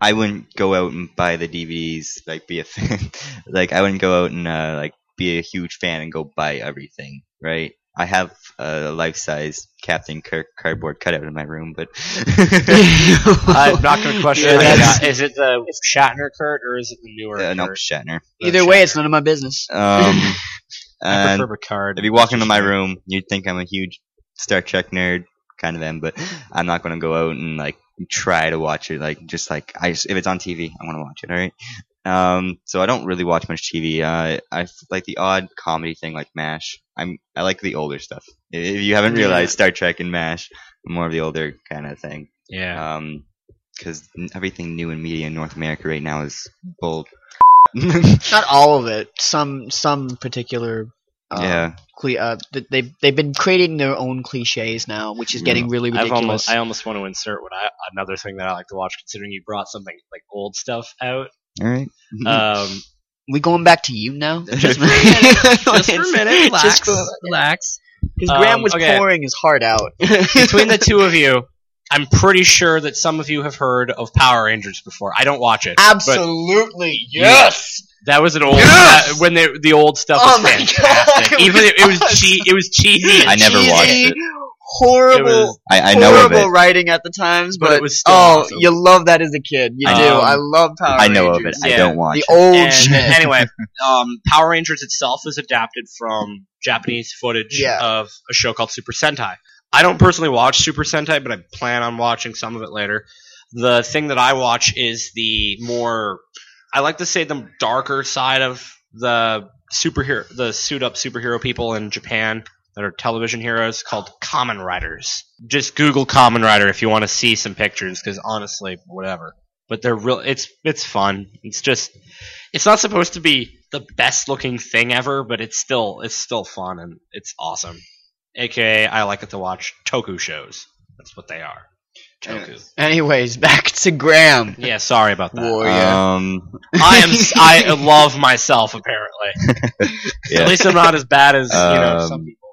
[SPEAKER 3] I wouldn't go out and buy the DVDs. Like, be a [laughs] fan. like, I wouldn't go out and uh, like be a huge fan and go buy everything. Right. I have a life-size Captain Kirk cardboard cutout in my room, but [laughs]
[SPEAKER 1] I'm not going to question.
[SPEAKER 2] Yeah,
[SPEAKER 1] it.
[SPEAKER 2] that's-
[SPEAKER 1] is it the Shatner Kurt or is it the newer?
[SPEAKER 3] uh, no,
[SPEAKER 1] Kurt?
[SPEAKER 3] Shatner.
[SPEAKER 2] Either way, it's none of my business.
[SPEAKER 3] Um,
[SPEAKER 1] [laughs] I
[SPEAKER 3] and
[SPEAKER 1] prefer Picard.
[SPEAKER 3] Uh, If you walk into my room, you'd think I'm a huge Star Trek nerd, kind of am, but I'm not gonna go out and like try to watch it. Like just like I, just, if it's on TV, I want to watch it. All right. Um, so I don't really watch much TV. Uh, I f- like the odd comedy thing, like Mash. I'm I like the older stuff. I- If you haven't realized, Star Trek and Mash, are more of the older kind of thing.
[SPEAKER 1] Yeah.
[SPEAKER 3] Um, because everything new in media in North America right now is bold. [laughs]
[SPEAKER 2] Not all of it. Some some particular. Uh,
[SPEAKER 3] yeah,
[SPEAKER 2] Cle- uh, th- they've they've been creating their own cliches now, which is
[SPEAKER 3] Yeah.
[SPEAKER 2] getting really
[SPEAKER 1] I've
[SPEAKER 2] ridiculous.
[SPEAKER 1] almost, I almost want to insert what I, another thing that I like to watch, considering you brought something like old stuff out.
[SPEAKER 3] all right. [laughs]
[SPEAKER 1] Um,
[SPEAKER 2] we going back to you now?
[SPEAKER 3] Just for a
[SPEAKER 2] minute.
[SPEAKER 1] just for a minute, relax,
[SPEAKER 2] relax. Because
[SPEAKER 1] Um,
[SPEAKER 2] Graham was
[SPEAKER 1] okay.
[SPEAKER 2] pouring his heart out. [laughs]
[SPEAKER 1] between the two of you, I'm pretty sure that some of you have heard of Power Rangers before. I don't watch it. but
[SPEAKER 2] Absolutely, yes.
[SPEAKER 1] that was an old
[SPEAKER 2] Yes!
[SPEAKER 1] that- when they, the old stuff
[SPEAKER 2] Oh
[SPEAKER 1] was
[SPEAKER 2] my
[SPEAKER 1] fantastic.
[SPEAKER 2] God, it
[SPEAKER 1] Even
[SPEAKER 2] was
[SPEAKER 1] it,
[SPEAKER 3] [laughs]
[SPEAKER 1] it was
[SPEAKER 2] us.
[SPEAKER 1] che- it was
[SPEAKER 2] [laughs]
[SPEAKER 1] cheesy. and
[SPEAKER 3] I never
[SPEAKER 1] cheesy,
[SPEAKER 3] watched it.
[SPEAKER 2] Horrible,
[SPEAKER 1] was-
[SPEAKER 3] I, I know of
[SPEAKER 2] horrible
[SPEAKER 3] it.
[SPEAKER 2] writing at the times,
[SPEAKER 1] but
[SPEAKER 2] but,
[SPEAKER 1] it was still
[SPEAKER 2] oh,
[SPEAKER 1] awesome.
[SPEAKER 2] you love that as a kid. You
[SPEAKER 3] I
[SPEAKER 2] do.
[SPEAKER 1] know.
[SPEAKER 2] I love Power.
[SPEAKER 3] I know of it.
[SPEAKER 2] Rangers.
[SPEAKER 3] I
[SPEAKER 1] Yeah.
[SPEAKER 3] don't watch.
[SPEAKER 2] The old [laughs]
[SPEAKER 1] And
[SPEAKER 2] shit.
[SPEAKER 1] anyway, um, Power Rangers itself is adapted from Japanese footage
[SPEAKER 2] Yeah.
[SPEAKER 1] of a show called Super Sentai. I don't personally watch Super Sentai, but I plan on watching some of it later. The thing that I watch is the more, I like to say the darker side of the superhero, the suit up superhero people in Japan that are television heroes called Common Riders. Just Google Common Rider if you want to see some pictures, because honestly, whatever. But they're real. It's it's fun. It's just it's not supposed to be the best looking thing ever, but it's still it's still fun and it's awesome. AKA, I like it to watch toku shows. That's what they are. Toku.
[SPEAKER 3] Anyways.
[SPEAKER 2] Anyways, back to Graham.
[SPEAKER 1] Yeah, sorry about that.
[SPEAKER 2] Warrior.
[SPEAKER 3] Um,
[SPEAKER 1] I am. s-
[SPEAKER 2] [laughs]
[SPEAKER 1] I love myself. Apparently,
[SPEAKER 3] yeah.
[SPEAKER 1] [laughs] at least I'm not as bad as you
[SPEAKER 2] Uh,
[SPEAKER 1] know
[SPEAKER 3] Um,
[SPEAKER 1] some people.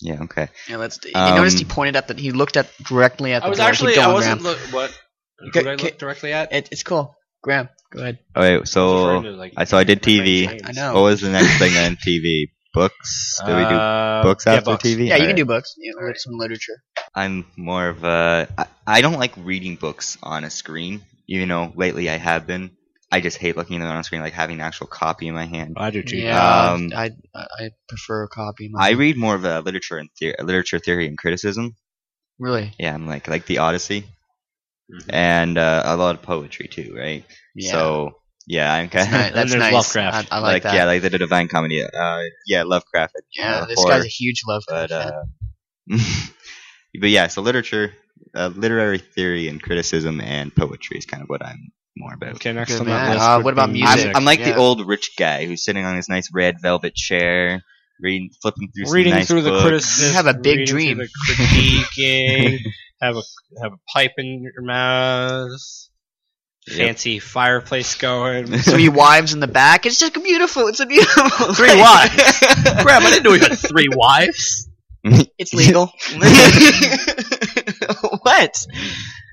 [SPEAKER 3] yeah. Okay.
[SPEAKER 2] yeah, let's, you
[SPEAKER 3] um,
[SPEAKER 2] noticed he pointed at that he looked at directly at the
[SPEAKER 1] I was
[SPEAKER 2] door. Keep
[SPEAKER 1] actually.
[SPEAKER 2] going,
[SPEAKER 1] I wasn't
[SPEAKER 2] Graham.
[SPEAKER 1] look, what. Who
[SPEAKER 2] Ca-
[SPEAKER 1] did I
[SPEAKER 2] ca-
[SPEAKER 1] look directly at?
[SPEAKER 2] It, it's cool. Graham, go ahead.
[SPEAKER 3] All right.
[SPEAKER 1] Referring
[SPEAKER 3] So
[SPEAKER 1] to, like,
[SPEAKER 3] Oh, I- so I did
[SPEAKER 1] different
[SPEAKER 3] TV.
[SPEAKER 1] things.
[SPEAKER 2] I know.
[SPEAKER 3] what was the next thing on TV? Books? Do we do
[SPEAKER 1] Uh,
[SPEAKER 3] books
[SPEAKER 1] yeah,
[SPEAKER 3] after TV?
[SPEAKER 2] Yeah, you
[SPEAKER 3] Alright.
[SPEAKER 2] can do books. You know, some literature.
[SPEAKER 3] I'm more of a. I, I don't like reading books on a screen, even though lately I have been. I just hate looking at them on a screen, like having an actual copy in my hand.
[SPEAKER 1] I do too.
[SPEAKER 2] Yeah,
[SPEAKER 3] Um,
[SPEAKER 2] I I I prefer a copy.
[SPEAKER 3] I
[SPEAKER 1] Uh-huh.
[SPEAKER 3] read more of a literature and theory, literature theory and criticism.
[SPEAKER 2] really.
[SPEAKER 3] Yeah, I'm like like the Odyssey
[SPEAKER 1] Mhm.
[SPEAKER 3] and uh, a lot of poetry too, right?
[SPEAKER 2] [laughs] Yeah.
[SPEAKER 3] So yeah, I'm
[SPEAKER 2] that's,
[SPEAKER 3] kind [laughs]
[SPEAKER 2] nice.
[SPEAKER 3] of
[SPEAKER 2] that's
[SPEAKER 1] there's
[SPEAKER 2] nice.
[SPEAKER 1] Lovecraft.
[SPEAKER 2] I, I like, that.
[SPEAKER 3] yeah, like the Divine Comedy. Uh, yeah, Lovecraft.
[SPEAKER 2] Yeah,
[SPEAKER 3] uh,
[SPEAKER 2] this
[SPEAKER 3] horror.
[SPEAKER 2] guy's a huge Lovecraft.
[SPEAKER 3] but
[SPEAKER 2] fan.
[SPEAKER 3] uh, [laughs] but yeah, so literature, uh, literary theory, and criticism and poetry is kind of what I'm more about.
[SPEAKER 1] Okay, next
[SPEAKER 2] Good
[SPEAKER 1] on
[SPEAKER 2] man.
[SPEAKER 1] that list.
[SPEAKER 2] Uh,
[SPEAKER 1] would
[SPEAKER 2] what about
[SPEAKER 1] be
[SPEAKER 2] music?
[SPEAKER 3] I'm, I'm like
[SPEAKER 2] yeah.
[SPEAKER 3] the old rich guy who's sitting on his nice red velvet chair, reading, flipping through, some
[SPEAKER 1] reading
[SPEAKER 3] nice
[SPEAKER 1] through the
[SPEAKER 3] books.
[SPEAKER 1] criticism.
[SPEAKER 2] You have a big
[SPEAKER 1] reading through
[SPEAKER 2] dream.
[SPEAKER 1] [laughs] the critiquing. have a have a pipe in your mouth.
[SPEAKER 3] Yep.
[SPEAKER 1] Fancy fireplace
[SPEAKER 2] [laughs]
[SPEAKER 3] [laughs]
[SPEAKER 1] going.
[SPEAKER 2] Three wives in the back. It's just beautiful. It's a beautiful.
[SPEAKER 1] Three
[SPEAKER 2] thing.
[SPEAKER 1] wives.
[SPEAKER 2] [laughs]
[SPEAKER 1] Graham, I didn't [laughs] know you had three wives.
[SPEAKER 2] It's
[SPEAKER 3] [laughs]
[SPEAKER 2] legal. [laughs] what?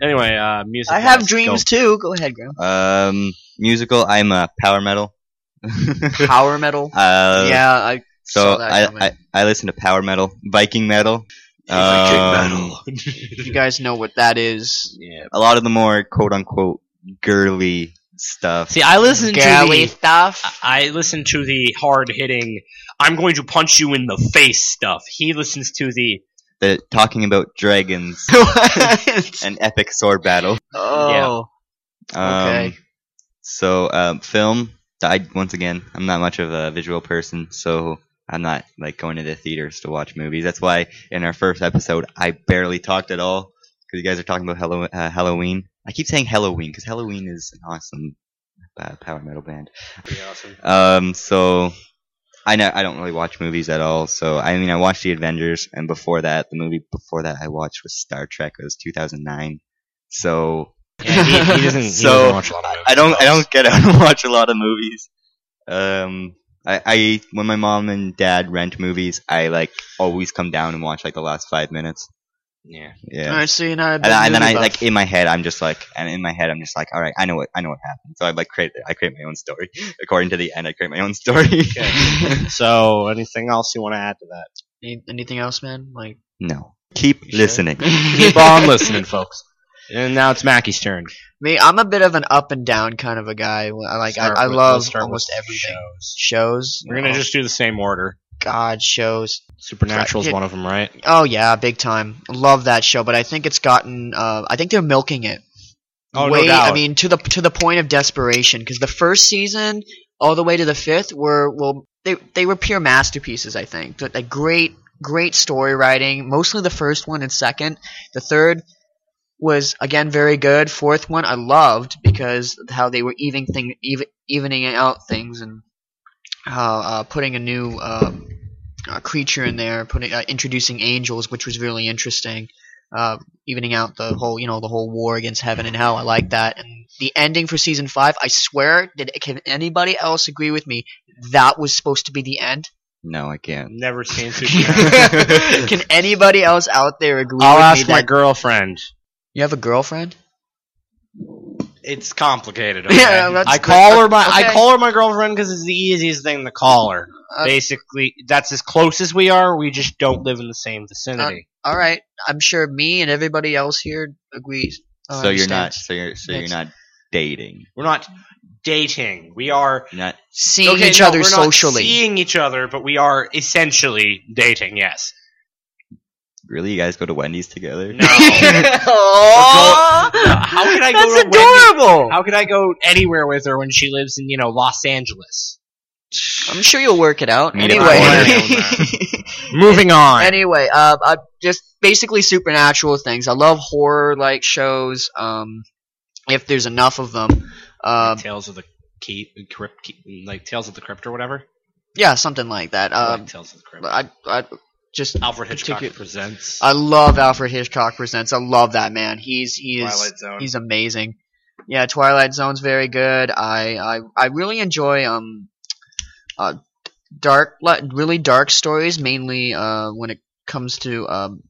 [SPEAKER 1] Anyway, uh, music.
[SPEAKER 2] I have
[SPEAKER 1] wise,
[SPEAKER 2] dreams too. Go ahead, Graham.
[SPEAKER 3] Um, musical. I'm a power metal. [laughs] uh,
[SPEAKER 2] Power
[SPEAKER 3] [laughs]
[SPEAKER 2] metal. yeah, I saw
[SPEAKER 3] So
[SPEAKER 2] that coming.
[SPEAKER 3] I, I I listen to power metal, Viking metal.
[SPEAKER 1] [laughs] Viking
[SPEAKER 3] um,
[SPEAKER 1] metal.
[SPEAKER 2] you guys know what that is.
[SPEAKER 1] yeah.
[SPEAKER 3] A lot of the more quote unquote girly stuff.
[SPEAKER 1] See, I listen
[SPEAKER 2] Girly
[SPEAKER 1] to the
[SPEAKER 2] stuff.
[SPEAKER 1] I listen to the hard hitting. I'm going to punch you in the face stuff. He listens to the
[SPEAKER 3] The talking about dragons
[SPEAKER 2] [laughs] [laughs]
[SPEAKER 1] [laughs]
[SPEAKER 2] What?
[SPEAKER 3] and epic sword battle.
[SPEAKER 2] oh,
[SPEAKER 3] Um,
[SPEAKER 2] Okay.
[SPEAKER 3] So um, film. I once again, I'm not much of a visual person, so I'm not like going to the theaters to watch movies. That's why in our first episode, I barely talked at all because you guys are talking about Hello- uh, Halloween. I keep saying Halloween because Halloween is an awesome uh, power metal band. Um, so I know I don't really watch movies at all. So I mean, I watched The Avengers, and before that, the movie before that I watched was Star Trek. It was 2009. So
[SPEAKER 1] Yeah,
[SPEAKER 3] [laughs]
[SPEAKER 1] he, he doesn't. he
[SPEAKER 3] So,
[SPEAKER 1] doesn't watch a lot of
[SPEAKER 3] I don't I
[SPEAKER 1] movies.
[SPEAKER 3] don't get out and [laughs] watch a lot of movies. Um I, I when my mom and dad rent movies, I like always come down and watch like the last five minutes.
[SPEAKER 1] Yeah.
[SPEAKER 2] all
[SPEAKER 3] Yeah.
[SPEAKER 2] right. So you're not a
[SPEAKER 3] And,
[SPEAKER 2] big
[SPEAKER 3] I- and then I
[SPEAKER 2] movie buff.
[SPEAKER 3] like in my head I'm just like and in my head I'm just like, all right, I know what I know what happened. So I like create I create my own story. [laughs] According to the end, I create my own story.
[SPEAKER 1] So, anything else you want to add to that?
[SPEAKER 2] Any- anything else, man? Like
[SPEAKER 3] [laughs] no. Keep
[SPEAKER 2] You sure? [laughs]
[SPEAKER 3] listening.
[SPEAKER 1] Keep on listening, folks. And now it's Mackie's turn.
[SPEAKER 2] me, I'm a bit of an up and down kind of a guy. Well, I Like I,
[SPEAKER 1] Start
[SPEAKER 2] I
[SPEAKER 1] with-
[SPEAKER 2] love
[SPEAKER 1] let's start with
[SPEAKER 2] almost everything.
[SPEAKER 1] shows.
[SPEAKER 2] Shows.
[SPEAKER 1] We're gonna
[SPEAKER 2] Oh,
[SPEAKER 1] just do the same order.
[SPEAKER 2] God shows.
[SPEAKER 1] Supernatural's
[SPEAKER 2] Right.
[SPEAKER 1] one of them, right?
[SPEAKER 2] Oh yeah, big time. Love that show, but I think it's gotten. Uh, I think they're milking it.
[SPEAKER 1] Oh, no
[SPEAKER 2] way,
[SPEAKER 1] doubt.
[SPEAKER 2] I mean, to the to the point of desperation, because the first season all the way to the fifth were well, they they were pure masterpieces. I think But, like great great story writing. Mostly the first one and second. The third was again very good. Fourth one I loved because of how they were evening thing even, evening out things and how uh, putting a new. Um, uh, creature in there, putting uh, introducing angels, which was really interesting. Uh, evening out the whole, you know, the whole war against heaven and hell. I like that. And the ending for season five, I swear, did can anybody else agree with me? That was supposed to be the end.
[SPEAKER 3] No, I can't.
[SPEAKER 1] Never
[SPEAKER 2] [laughs]
[SPEAKER 1] seen Supernatural.
[SPEAKER 2] can anybody else out there agree
[SPEAKER 1] I'll
[SPEAKER 2] with
[SPEAKER 1] ask
[SPEAKER 2] me
[SPEAKER 1] my
[SPEAKER 2] that
[SPEAKER 1] girlfriend.
[SPEAKER 2] you have a girlfriend? [laughs]
[SPEAKER 1] It's complicated.
[SPEAKER 2] okay? Yeah, that's
[SPEAKER 1] I
[SPEAKER 2] good.
[SPEAKER 1] call her my I
[SPEAKER 2] Okay.
[SPEAKER 1] call her my girlfriend because it's the easiest thing to call her.
[SPEAKER 2] Uh,
[SPEAKER 1] Basically, that's as close as we are. We just don't live in the same vicinity.
[SPEAKER 2] All right, I'm sure me and everybody else here agrees. uh,
[SPEAKER 3] so you're not
[SPEAKER 2] understands.
[SPEAKER 3] so you're so you're
[SPEAKER 2] Next.
[SPEAKER 3] not dating.
[SPEAKER 1] We're not dating. We are
[SPEAKER 3] You're not
[SPEAKER 2] seeing
[SPEAKER 1] Okay,
[SPEAKER 2] each
[SPEAKER 1] no,
[SPEAKER 2] other
[SPEAKER 1] we're not
[SPEAKER 2] socially. [laughs]
[SPEAKER 1] seeing each other, but we are essentially dating. Yes.
[SPEAKER 3] really you guys go to Wendy's together?
[SPEAKER 1] [laughs] No.
[SPEAKER 2] Aw.
[SPEAKER 1] How can I go
[SPEAKER 2] That's
[SPEAKER 1] to Wendy's?
[SPEAKER 2] adorable.
[SPEAKER 1] How could I go anywhere with her when she lives in you know Los Angeles?
[SPEAKER 2] I'm sure you'll work it out.
[SPEAKER 3] Meet up
[SPEAKER 2] anyway.
[SPEAKER 1] Moving on.
[SPEAKER 2] anyway, uh, I just basically supernatural things. I love horror like shows. Um, if there's enough of them. Um,
[SPEAKER 1] Tales of the Keep, Crypt, Keep- like Tales of the Crypt or whatever.
[SPEAKER 2] yeah, something like that.
[SPEAKER 1] I
[SPEAKER 2] Um,
[SPEAKER 1] like Tales of the Crypt.
[SPEAKER 2] I, I just
[SPEAKER 1] Alfred Hitchcock
[SPEAKER 2] particu-
[SPEAKER 1] presents
[SPEAKER 2] I love Alfred Hitchcock presents. I love that man. He's he is
[SPEAKER 1] Twilight Zone.
[SPEAKER 2] he's amazing. Yeah, Twilight Zone's very good. I I, I really enjoy um uh dark li- really dark stories mainly uh when it comes to um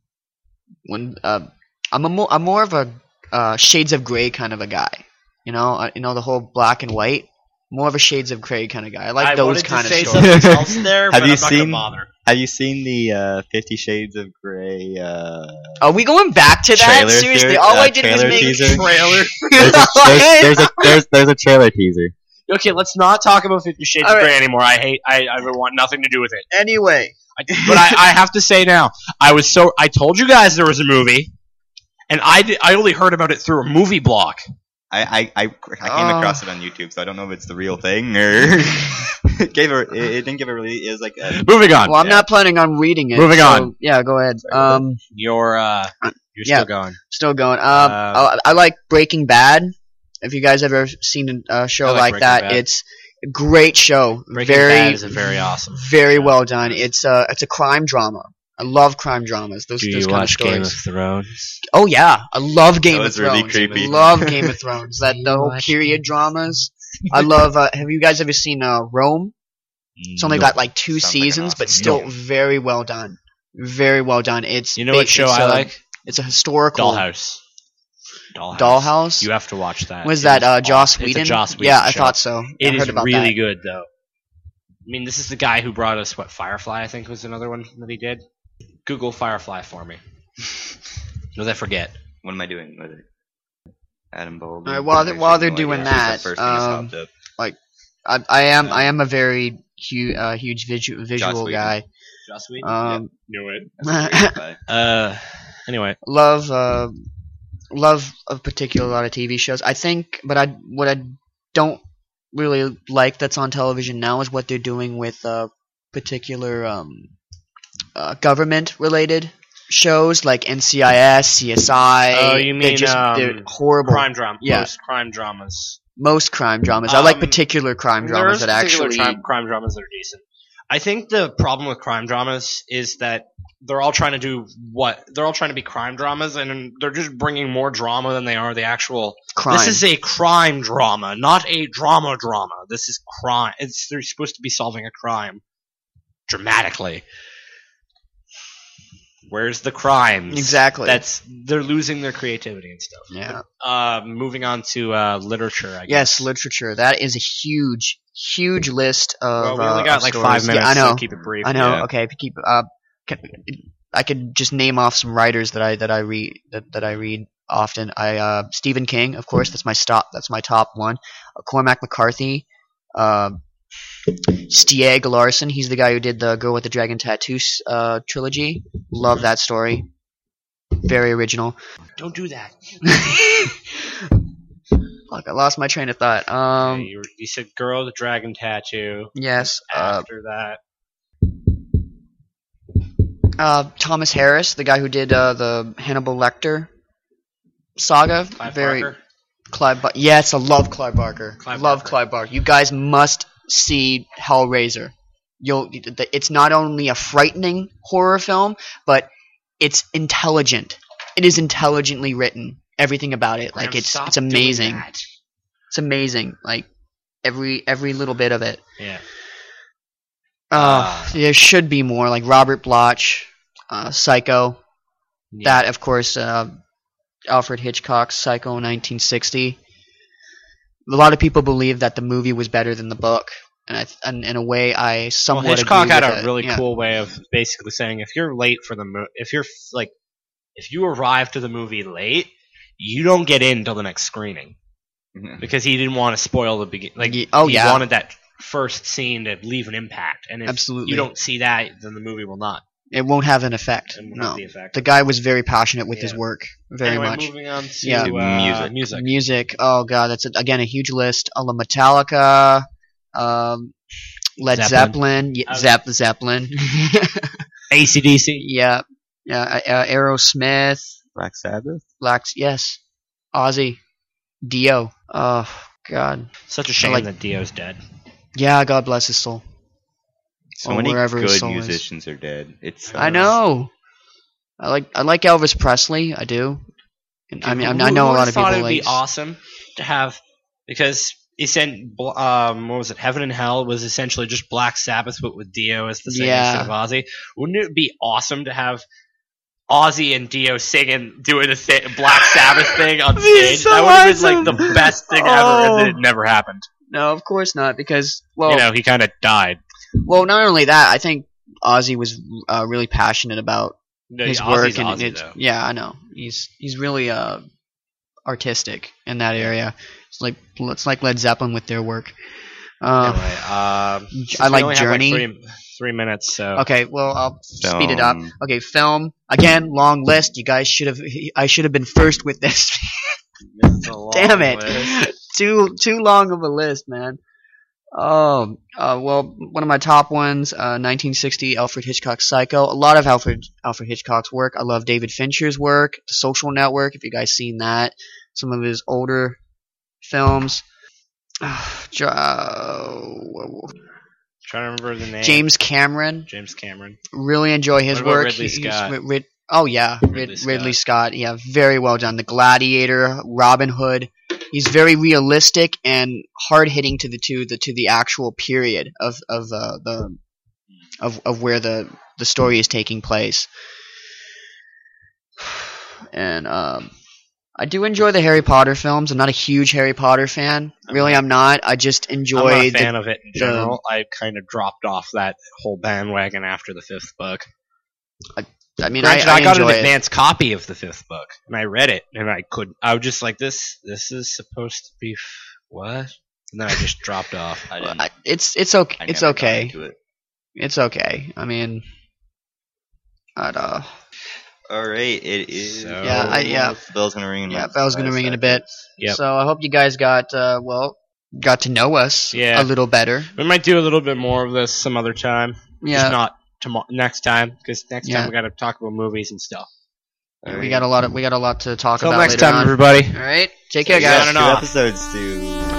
[SPEAKER 2] when uh I'm a more I'm more of a uh shades of gray kind of a guy. You know, I, you know the whole black and white. More of a shades of gray kind of guy. I like
[SPEAKER 1] I
[SPEAKER 2] those
[SPEAKER 1] wanted
[SPEAKER 2] kind of
[SPEAKER 1] to say
[SPEAKER 2] stories. [laughs]
[SPEAKER 3] stories.
[SPEAKER 1] something else there,
[SPEAKER 3] Have
[SPEAKER 1] but
[SPEAKER 3] you
[SPEAKER 1] I'm not gonna
[SPEAKER 3] seen-
[SPEAKER 1] bother.
[SPEAKER 3] [laughs] Have you seen the uh, Fifty Shades of Grey? Uh,
[SPEAKER 2] Are we going back to that?
[SPEAKER 3] Trailer
[SPEAKER 2] Seriously,
[SPEAKER 3] theory-
[SPEAKER 2] all
[SPEAKER 3] uh,
[SPEAKER 2] I did was
[SPEAKER 3] trailer
[SPEAKER 2] make [laughs]
[SPEAKER 3] teaser?
[SPEAKER 1] Trailer.
[SPEAKER 3] there's, a, there's, there's, a, there's, there's a trailer teaser.
[SPEAKER 1] Okay, let's not talk about Fifty Shades
[SPEAKER 2] All
[SPEAKER 1] of
[SPEAKER 2] right.
[SPEAKER 1] Grey anymore. I hate. I, I want nothing to do with it.
[SPEAKER 2] anyway.
[SPEAKER 1] I, but I, I have to say now, I was so. I told you guys there was a movie, and I did, I only heard about it through a movie blog.
[SPEAKER 3] I I, I, I came
[SPEAKER 2] Oh.
[SPEAKER 3] across it on YouTube, so I don't know if it's the real thing or [laughs] it gave a, it, it didn't give a release. It was like a,
[SPEAKER 1] Moving on.
[SPEAKER 2] Well, I'm
[SPEAKER 3] Yeah.
[SPEAKER 2] not planning on reading it.
[SPEAKER 1] Moving
[SPEAKER 2] so-
[SPEAKER 1] on.
[SPEAKER 2] Yeah, go ahead.
[SPEAKER 3] Sorry, go ahead.
[SPEAKER 2] Um,
[SPEAKER 1] You're uh, you're
[SPEAKER 2] Yeah.
[SPEAKER 1] still going.
[SPEAKER 2] still going. Um,
[SPEAKER 1] Uh,
[SPEAKER 2] I, I like Breaking Bad. If you guys ever seen a uh, show
[SPEAKER 1] I like
[SPEAKER 2] like,
[SPEAKER 1] Breaking
[SPEAKER 2] that,
[SPEAKER 1] Bad.
[SPEAKER 2] it's a great show.
[SPEAKER 1] Breaking
[SPEAKER 2] very,
[SPEAKER 1] Bad is a
[SPEAKER 2] [laughs]
[SPEAKER 1] very awesome.
[SPEAKER 2] very well done. It's a it's a crime drama. I love crime dramas. Those,
[SPEAKER 1] Do
[SPEAKER 2] those
[SPEAKER 1] you
[SPEAKER 2] kind
[SPEAKER 1] watch
[SPEAKER 2] of stories.
[SPEAKER 1] Game of Thrones?
[SPEAKER 2] oh yeah, I love Game
[SPEAKER 3] That
[SPEAKER 2] of
[SPEAKER 3] was really
[SPEAKER 2] Thrones.
[SPEAKER 3] creepy.
[SPEAKER 2] I
[SPEAKER 1] [laughs]
[SPEAKER 2] love Game of Thrones. That the whole period dramas. I love. Uh, have you guys ever seen uh, Rome? It's
[SPEAKER 1] Mm,
[SPEAKER 2] only got like two
[SPEAKER 3] Sounds like an
[SPEAKER 2] seasons, but
[SPEAKER 3] awesome
[SPEAKER 2] still
[SPEAKER 3] show.
[SPEAKER 2] very well done. Very well done. It's
[SPEAKER 1] You know what
[SPEAKER 2] ba-
[SPEAKER 1] show
[SPEAKER 2] it's,
[SPEAKER 1] I
[SPEAKER 2] uh,
[SPEAKER 1] like?
[SPEAKER 2] It's a historical
[SPEAKER 1] Dollhouse. Dollhouse.
[SPEAKER 2] Dollhouse?
[SPEAKER 1] You have to watch that.
[SPEAKER 2] was
[SPEAKER 1] It
[SPEAKER 2] that
[SPEAKER 1] is
[SPEAKER 2] uh, Joss
[SPEAKER 1] awesome.
[SPEAKER 2] Whedon?
[SPEAKER 1] It's a Joss Whedon
[SPEAKER 2] yeah, I
[SPEAKER 1] show.
[SPEAKER 2] thought so.
[SPEAKER 1] It
[SPEAKER 2] I
[SPEAKER 1] is
[SPEAKER 2] heard about
[SPEAKER 1] really
[SPEAKER 2] that.
[SPEAKER 1] good though. I mean, this is the guy who brought us what Firefly. I think was another one that he did. Google Firefly for me. [laughs] Because I forget.
[SPEAKER 3] What am I doing with it? Adam Baldwin.
[SPEAKER 2] Alright, while they're- while they're doing that, um,
[SPEAKER 3] um,
[SPEAKER 2] I, I am I am a very hu- uh, huge visu- visual
[SPEAKER 3] Whedon.
[SPEAKER 2] guy.
[SPEAKER 1] Joss Whedon.
[SPEAKER 2] Um,
[SPEAKER 1] Knew it.
[SPEAKER 3] that.
[SPEAKER 2] [laughs]
[SPEAKER 1] Uh, anyway,
[SPEAKER 2] love uh, love of particular lot of TV shows. I think, but I what I don't really like that's on television now is what they're doing with uh, particular um, uh, government related shows like NCIS, CSI.
[SPEAKER 1] Oh, you
[SPEAKER 2] they're
[SPEAKER 1] mean,
[SPEAKER 2] just, they're
[SPEAKER 1] um,
[SPEAKER 2] horrible.
[SPEAKER 1] crime drama.
[SPEAKER 2] Yeah.
[SPEAKER 1] Most crime dramas.
[SPEAKER 2] Most crime dramas. I like
[SPEAKER 1] Um,
[SPEAKER 2] particular crime dramas
[SPEAKER 1] There's
[SPEAKER 2] that
[SPEAKER 1] particular
[SPEAKER 2] actually.
[SPEAKER 1] crime, crime dramas that are decent. I think the problem with crime dramas is that they're all trying to do what they're all trying to be crime dramas, and they're just bringing more drama than they are the actual
[SPEAKER 2] crime.
[SPEAKER 1] This is a crime drama, not a drama drama. This is crime. It's they're supposed to be solving a crime dramatically. Where's the crimes?
[SPEAKER 2] exactly
[SPEAKER 1] That's they're losing their creativity and stuff.
[SPEAKER 2] yeah.
[SPEAKER 1] Uh, moving on to uh, literature. I
[SPEAKER 2] Yes,
[SPEAKER 1] guess.
[SPEAKER 2] literature. That is a huge, huge list
[SPEAKER 1] Well,
[SPEAKER 2] of.
[SPEAKER 1] we only
[SPEAKER 2] uh,
[SPEAKER 1] got
[SPEAKER 2] of
[SPEAKER 1] like
[SPEAKER 2] stories.
[SPEAKER 1] five minutes.
[SPEAKER 2] Yeah, I know.
[SPEAKER 1] So keep it brief.
[SPEAKER 2] I know.
[SPEAKER 3] yeah.
[SPEAKER 2] Okay, if you keep. Uh, can, I could just name off some writers that I that I read that, that I read often. I uh, Stephen King, of course. That's my stop. That's my top one. Uh, Cormac McCarthy. Uh, Stieg Larsson. He's the guy who did the Girl with the Dragon Tattoos uh, trilogy. Love that story. Very original. [laughs]
[SPEAKER 1] Don't do that.
[SPEAKER 2] Fuck, I lost my train of thought. Um,
[SPEAKER 1] you, were- you said girl with the dragon tattoo.
[SPEAKER 2] Yes. Uh,
[SPEAKER 1] After that,
[SPEAKER 2] uh, Thomas Harris, the guy who did uh, the Hannibal Lecter saga.
[SPEAKER 1] Clive
[SPEAKER 2] very
[SPEAKER 1] Barker.
[SPEAKER 2] Clive. Bar- yes, I love Clive Barker.
[SPEAKER 1] Clive
[SPEAKER 2] love
[SPEAKER 1] Barker.
[SPEAKER 2] Clive Barker. You guys must see Hellraiser. You'll. It's not only a frightening horror film, but it's intelligent. It is intelligently written. Everything about it, like
[SPEAKER 1] Graham,
[SPEAKER 2] it's
[SPEAKER 1] stop
[SPEAKER 2] it's
[SPEAKER 1] doing
[SPEAKER 2] amazing.
[SPEAKER 1] that.
[SPEAKER 2] It's amazing. Like every every little bit of it.
[SPEAKER 1] Yeah. Ah.
[SPEAKER 2] Uh, there should be more, like Robert Bloch, uh, Psycho. That, of course, uh, Alfred Hitchcock's Psycho 1960. A lot of people believe that the movie was better than the book, and, I, and in a way, I
[SPEAKER 1] Well,
[SPEAKER 2] somewhat
[SPEAKER 1] Hitchcock
[SPEAKER 2] agree
[SPEAKER 1] had
[SPEAKER 2] with
[SPEAKER 1] a
[SPEAKER 2] it.
[SPEAKER 1] really
[SPEAKER 2] Yeah.
[SPEAKER 1] cool way of basically saying if you're late for the mo- if you're like if you arrive to the movie late, you don't get in till the next screening
[SPEAKER 3] [laughs]
[SPEAKER 1] because he didn't want to spoil the begin. Like
[SPEAKER 2] Ye- oh,
[SPEAKER 1] he
[SPEAKER 2] yeah.
[SPEAKER 1] wanted that first scene to leave an impact, and if
[SPEAKER 2] Absolutely.
[SPEAKER 1] you don't see that, then the movie will not.
[SPEAKER 2] It won't have an effect.
[SPEAKER 1] It will
[SPEAKER 2] No,
[SPEAKER 1] not be effective.
[SPEAKER 2] the guy was very passionate with his
[SPEAKER 1] Yeah.
[SPEAKER 2] work, very
[SPEAKER 1] anyway,
[SPEAKER 2] much.
[SPEAKER 1] moving on to
[SPEAKER 2] Yeah.
[SPEAKER 1] uh,
[SPEAKER 3] Music.
[SPEAKER 1] music.
[SPEAKER 2] Music. Oh god, that's a, again a huge list. A la Metallica. Um, Led Zeppelin,
[SPEAKER 1] Zeppelin.
[SPEAKER 2] Ye-
[SPEAKER 1] I was-
[SPEAKER 2] Zepp Zeppelin, [laughs]
[SPEAKER 1] ACDC.
[SPEAKER 2] yeah, yeah, uh, Aerosmith,
[SPEAKER 3] Black Sabbath.
[SPEAKER 2] Black, yes, Ozzy, Dio. Oh God,
[SPEAKER 1] Such a shame
[SPEAKER 2] like-
[SPEAKER 1] that Dio's dead.
[SPEAKER 2] yeah, God bless his soul.
[SPEAKER 3] So
[SPEAKER 2] Or
[SPEAKER 3] many
[SPEAKER 2] wherever his
[SPEAKER 3] good
[SPEAKER 2] soul is.
[SPEAKER 3] musicians are dead. It's
[SPEAKER 2] I know. I like I like Elvis Presley. I do. And, I mean, I, mean, I know a lot of people
[SPEAKER 1] thought it would
[SPEAKER 2] like.
[SPEAKER 1] be awesome to have because he sent bl- um, what was it? Heaven and Hell was essentially just Black Sabbath, but with Dio as the singer
[SPEAKER 2] Yeah.
[SPEAKER 1] instead of Ozzy. Wouldn't it be awesome to have? Ozzy and Dio singing, doing the thi-
[SPEAKER 2] [laughs]
[SPEAKER 1] Black Sabbath thing on
[SPEAKER 2] Be
[SPEAKER 1] stage.
[SPEAKER 2] so
[SPEAKER 1] that would have
[SPEAKER 2] awesome. Oh.
[SPEAKER 1] been like the best thing ever, and then it never happened.
[SPEAKER 2] No, of course not, because well,
[SPEAKER 1] you know, he kind of died.
[SPEAKER 2] well, not only that, I think Ozzy was uh, really passionate about
[SPEAKER 1] No,
[SPEAKER 2] his
[SPEAKER 1] Ozzy's
[SPEAKER 2] work and
[SPEAKER 1] Ozzy,
[SPEAKER 2] it's-
[SPEAKER 1] though.
[SPEAKER 2] yeah, I know he's he's really uh, artistic in that area. It's like it's like Led Zeppelin with their work. Uh,
[SPEAKER 1] Anyway, um, since
[SPEAKER 2] I
[SPEAKER 1] we
[SPEAKER 2] like
[SPEAKER 1] only have,
[SPEAKER 2] Journey. Oh,
[SPEAKER 1] three, three minutes, so
[SPEAKER 2] okay, well I'll speed it up.
[SPEAKER 3] Stone.
[SPEAKER 2] Okay, film again, long list. You guys should have I should have been first with this.
[SPEAKER 1] This is a long
[SPEAKER 2] Damn it.
[SPEAKER 1] list.
[SPEAKER 2] [laughs] too too long of a list, man. Oh, uh, well, one of my top ones, uh, 1960, Alfred Hitchcock's Psycho. A lot of Alfred Alfred Hitchcock's work. I love David Fincher's work, The Social Network. If you guys seen that, some of his older films. [sighs] Ah, Jo- uh,
[SPEAKER 1] Trying to remember the name.
[SPEAKER 2] James Cameron.
[SPEAKER 1] James Cameron.
[SPEAKER 2] Really enjoy his
[SPEAKER 1] What about
[SPEAKER 2] work.
[SPEAKER 1] Ridley
[SPEAKER 2] He's-
[SPEAKER 1] Scott?
[SPEAKER 2] Rid- Rid- oh yeah, Rid- Ridley,
[SPEAKER 1] Ridley
[SPEAKER 2] Scott. Yeah, very well done. The Gladiator, Robin Hood. He's very realistic and hard hitting to the to the to the actual period of of uh, the of of where the the story is taking place. And um, I do enjoy the Harry Potter films. I'm not a huge Harry Potter fan. Really, I'm not. I just
[SPEAKER 1] I'm
[SPEAKER 2] enjoy
[SPEAKER 1] not a
[SPEAKER 2] the
[SPEAKER 1] fan of it in
[SPEAKER 2] the-
[SPEAKER 1] general. I kind of dropped off that whole bandwagon after the fifth book.
[SPEAKER 2] I mean, I,
[SPEAKER 1] Granted,
[SPEAKER 2] I,
[SPEAKER 1] I, got an
[SPEAKER 2] enjoy it.
[SPEAKER 1] advanced copy of the fifth book, and I read it, and I could. I was just like, this. This is supposed to be f- what? And then I just [laughs] dropped off.
[SPEAKER 3] I didn't.
[SPEAKER 2] I- It's it's okay.
[SPEAKER 3] I
[SPEAKER 2] It's
[SPEAKER 3] never got
[SPEAKER 2] okay.
[SPEAKER 3] into it.
[SPEAKER 2] it's okay. I mean, I'd, uh,
[SPEAKER 3] All right, it is.
[SPEAKER 1] So-
[SPEAKER 2] Yeah, I- yeah.
[SPEAKER 3] The bell's gonna ring. In
[SPEAKER 2] Yeah,
[SPEAKER 3] like
[SPEAKER 2] bell's gonna
[SPEAKER 3] five
[SPEAKER 2] ring in a bit.
[SPEAKER 3] seconds.
[SPEAKER 1] Yep.
[SPEAKER 2] so I hope you guys got uh, well got to know us
[SPEAKER 1] Yeah.
[SPEAKER 2] a little better.
[SPEAKER 1] We might do a little bit more of this some other time. Just
[SPEAKER 2] Yeah,
[SPEAKER 1] not tomorrow. Next time, because next
[SPEAKER 2] Yeah.
[SPEAKER 1] time we got to talk about movies and stuff.
[SPEAKER 2] we got a lot of we got a lot to talk
[SPEAKER 1] Till
[SPEAKER 2] about
[SPEAKER 1] next
[SPEAKER 2] later
[SPEAKER 1] time,
[SPEAKER 2] on.
[SPEAKER 1] everybody.
[SPEAKER 2] All right, take care,
[SPEAKER 1] Yeah,
[SPEAKER 2] guys.
[SPEAKER 1] no,
[SPEAKER 3] Two
[SPEAKER 1] no.
[SPEAKER 3] episodes to.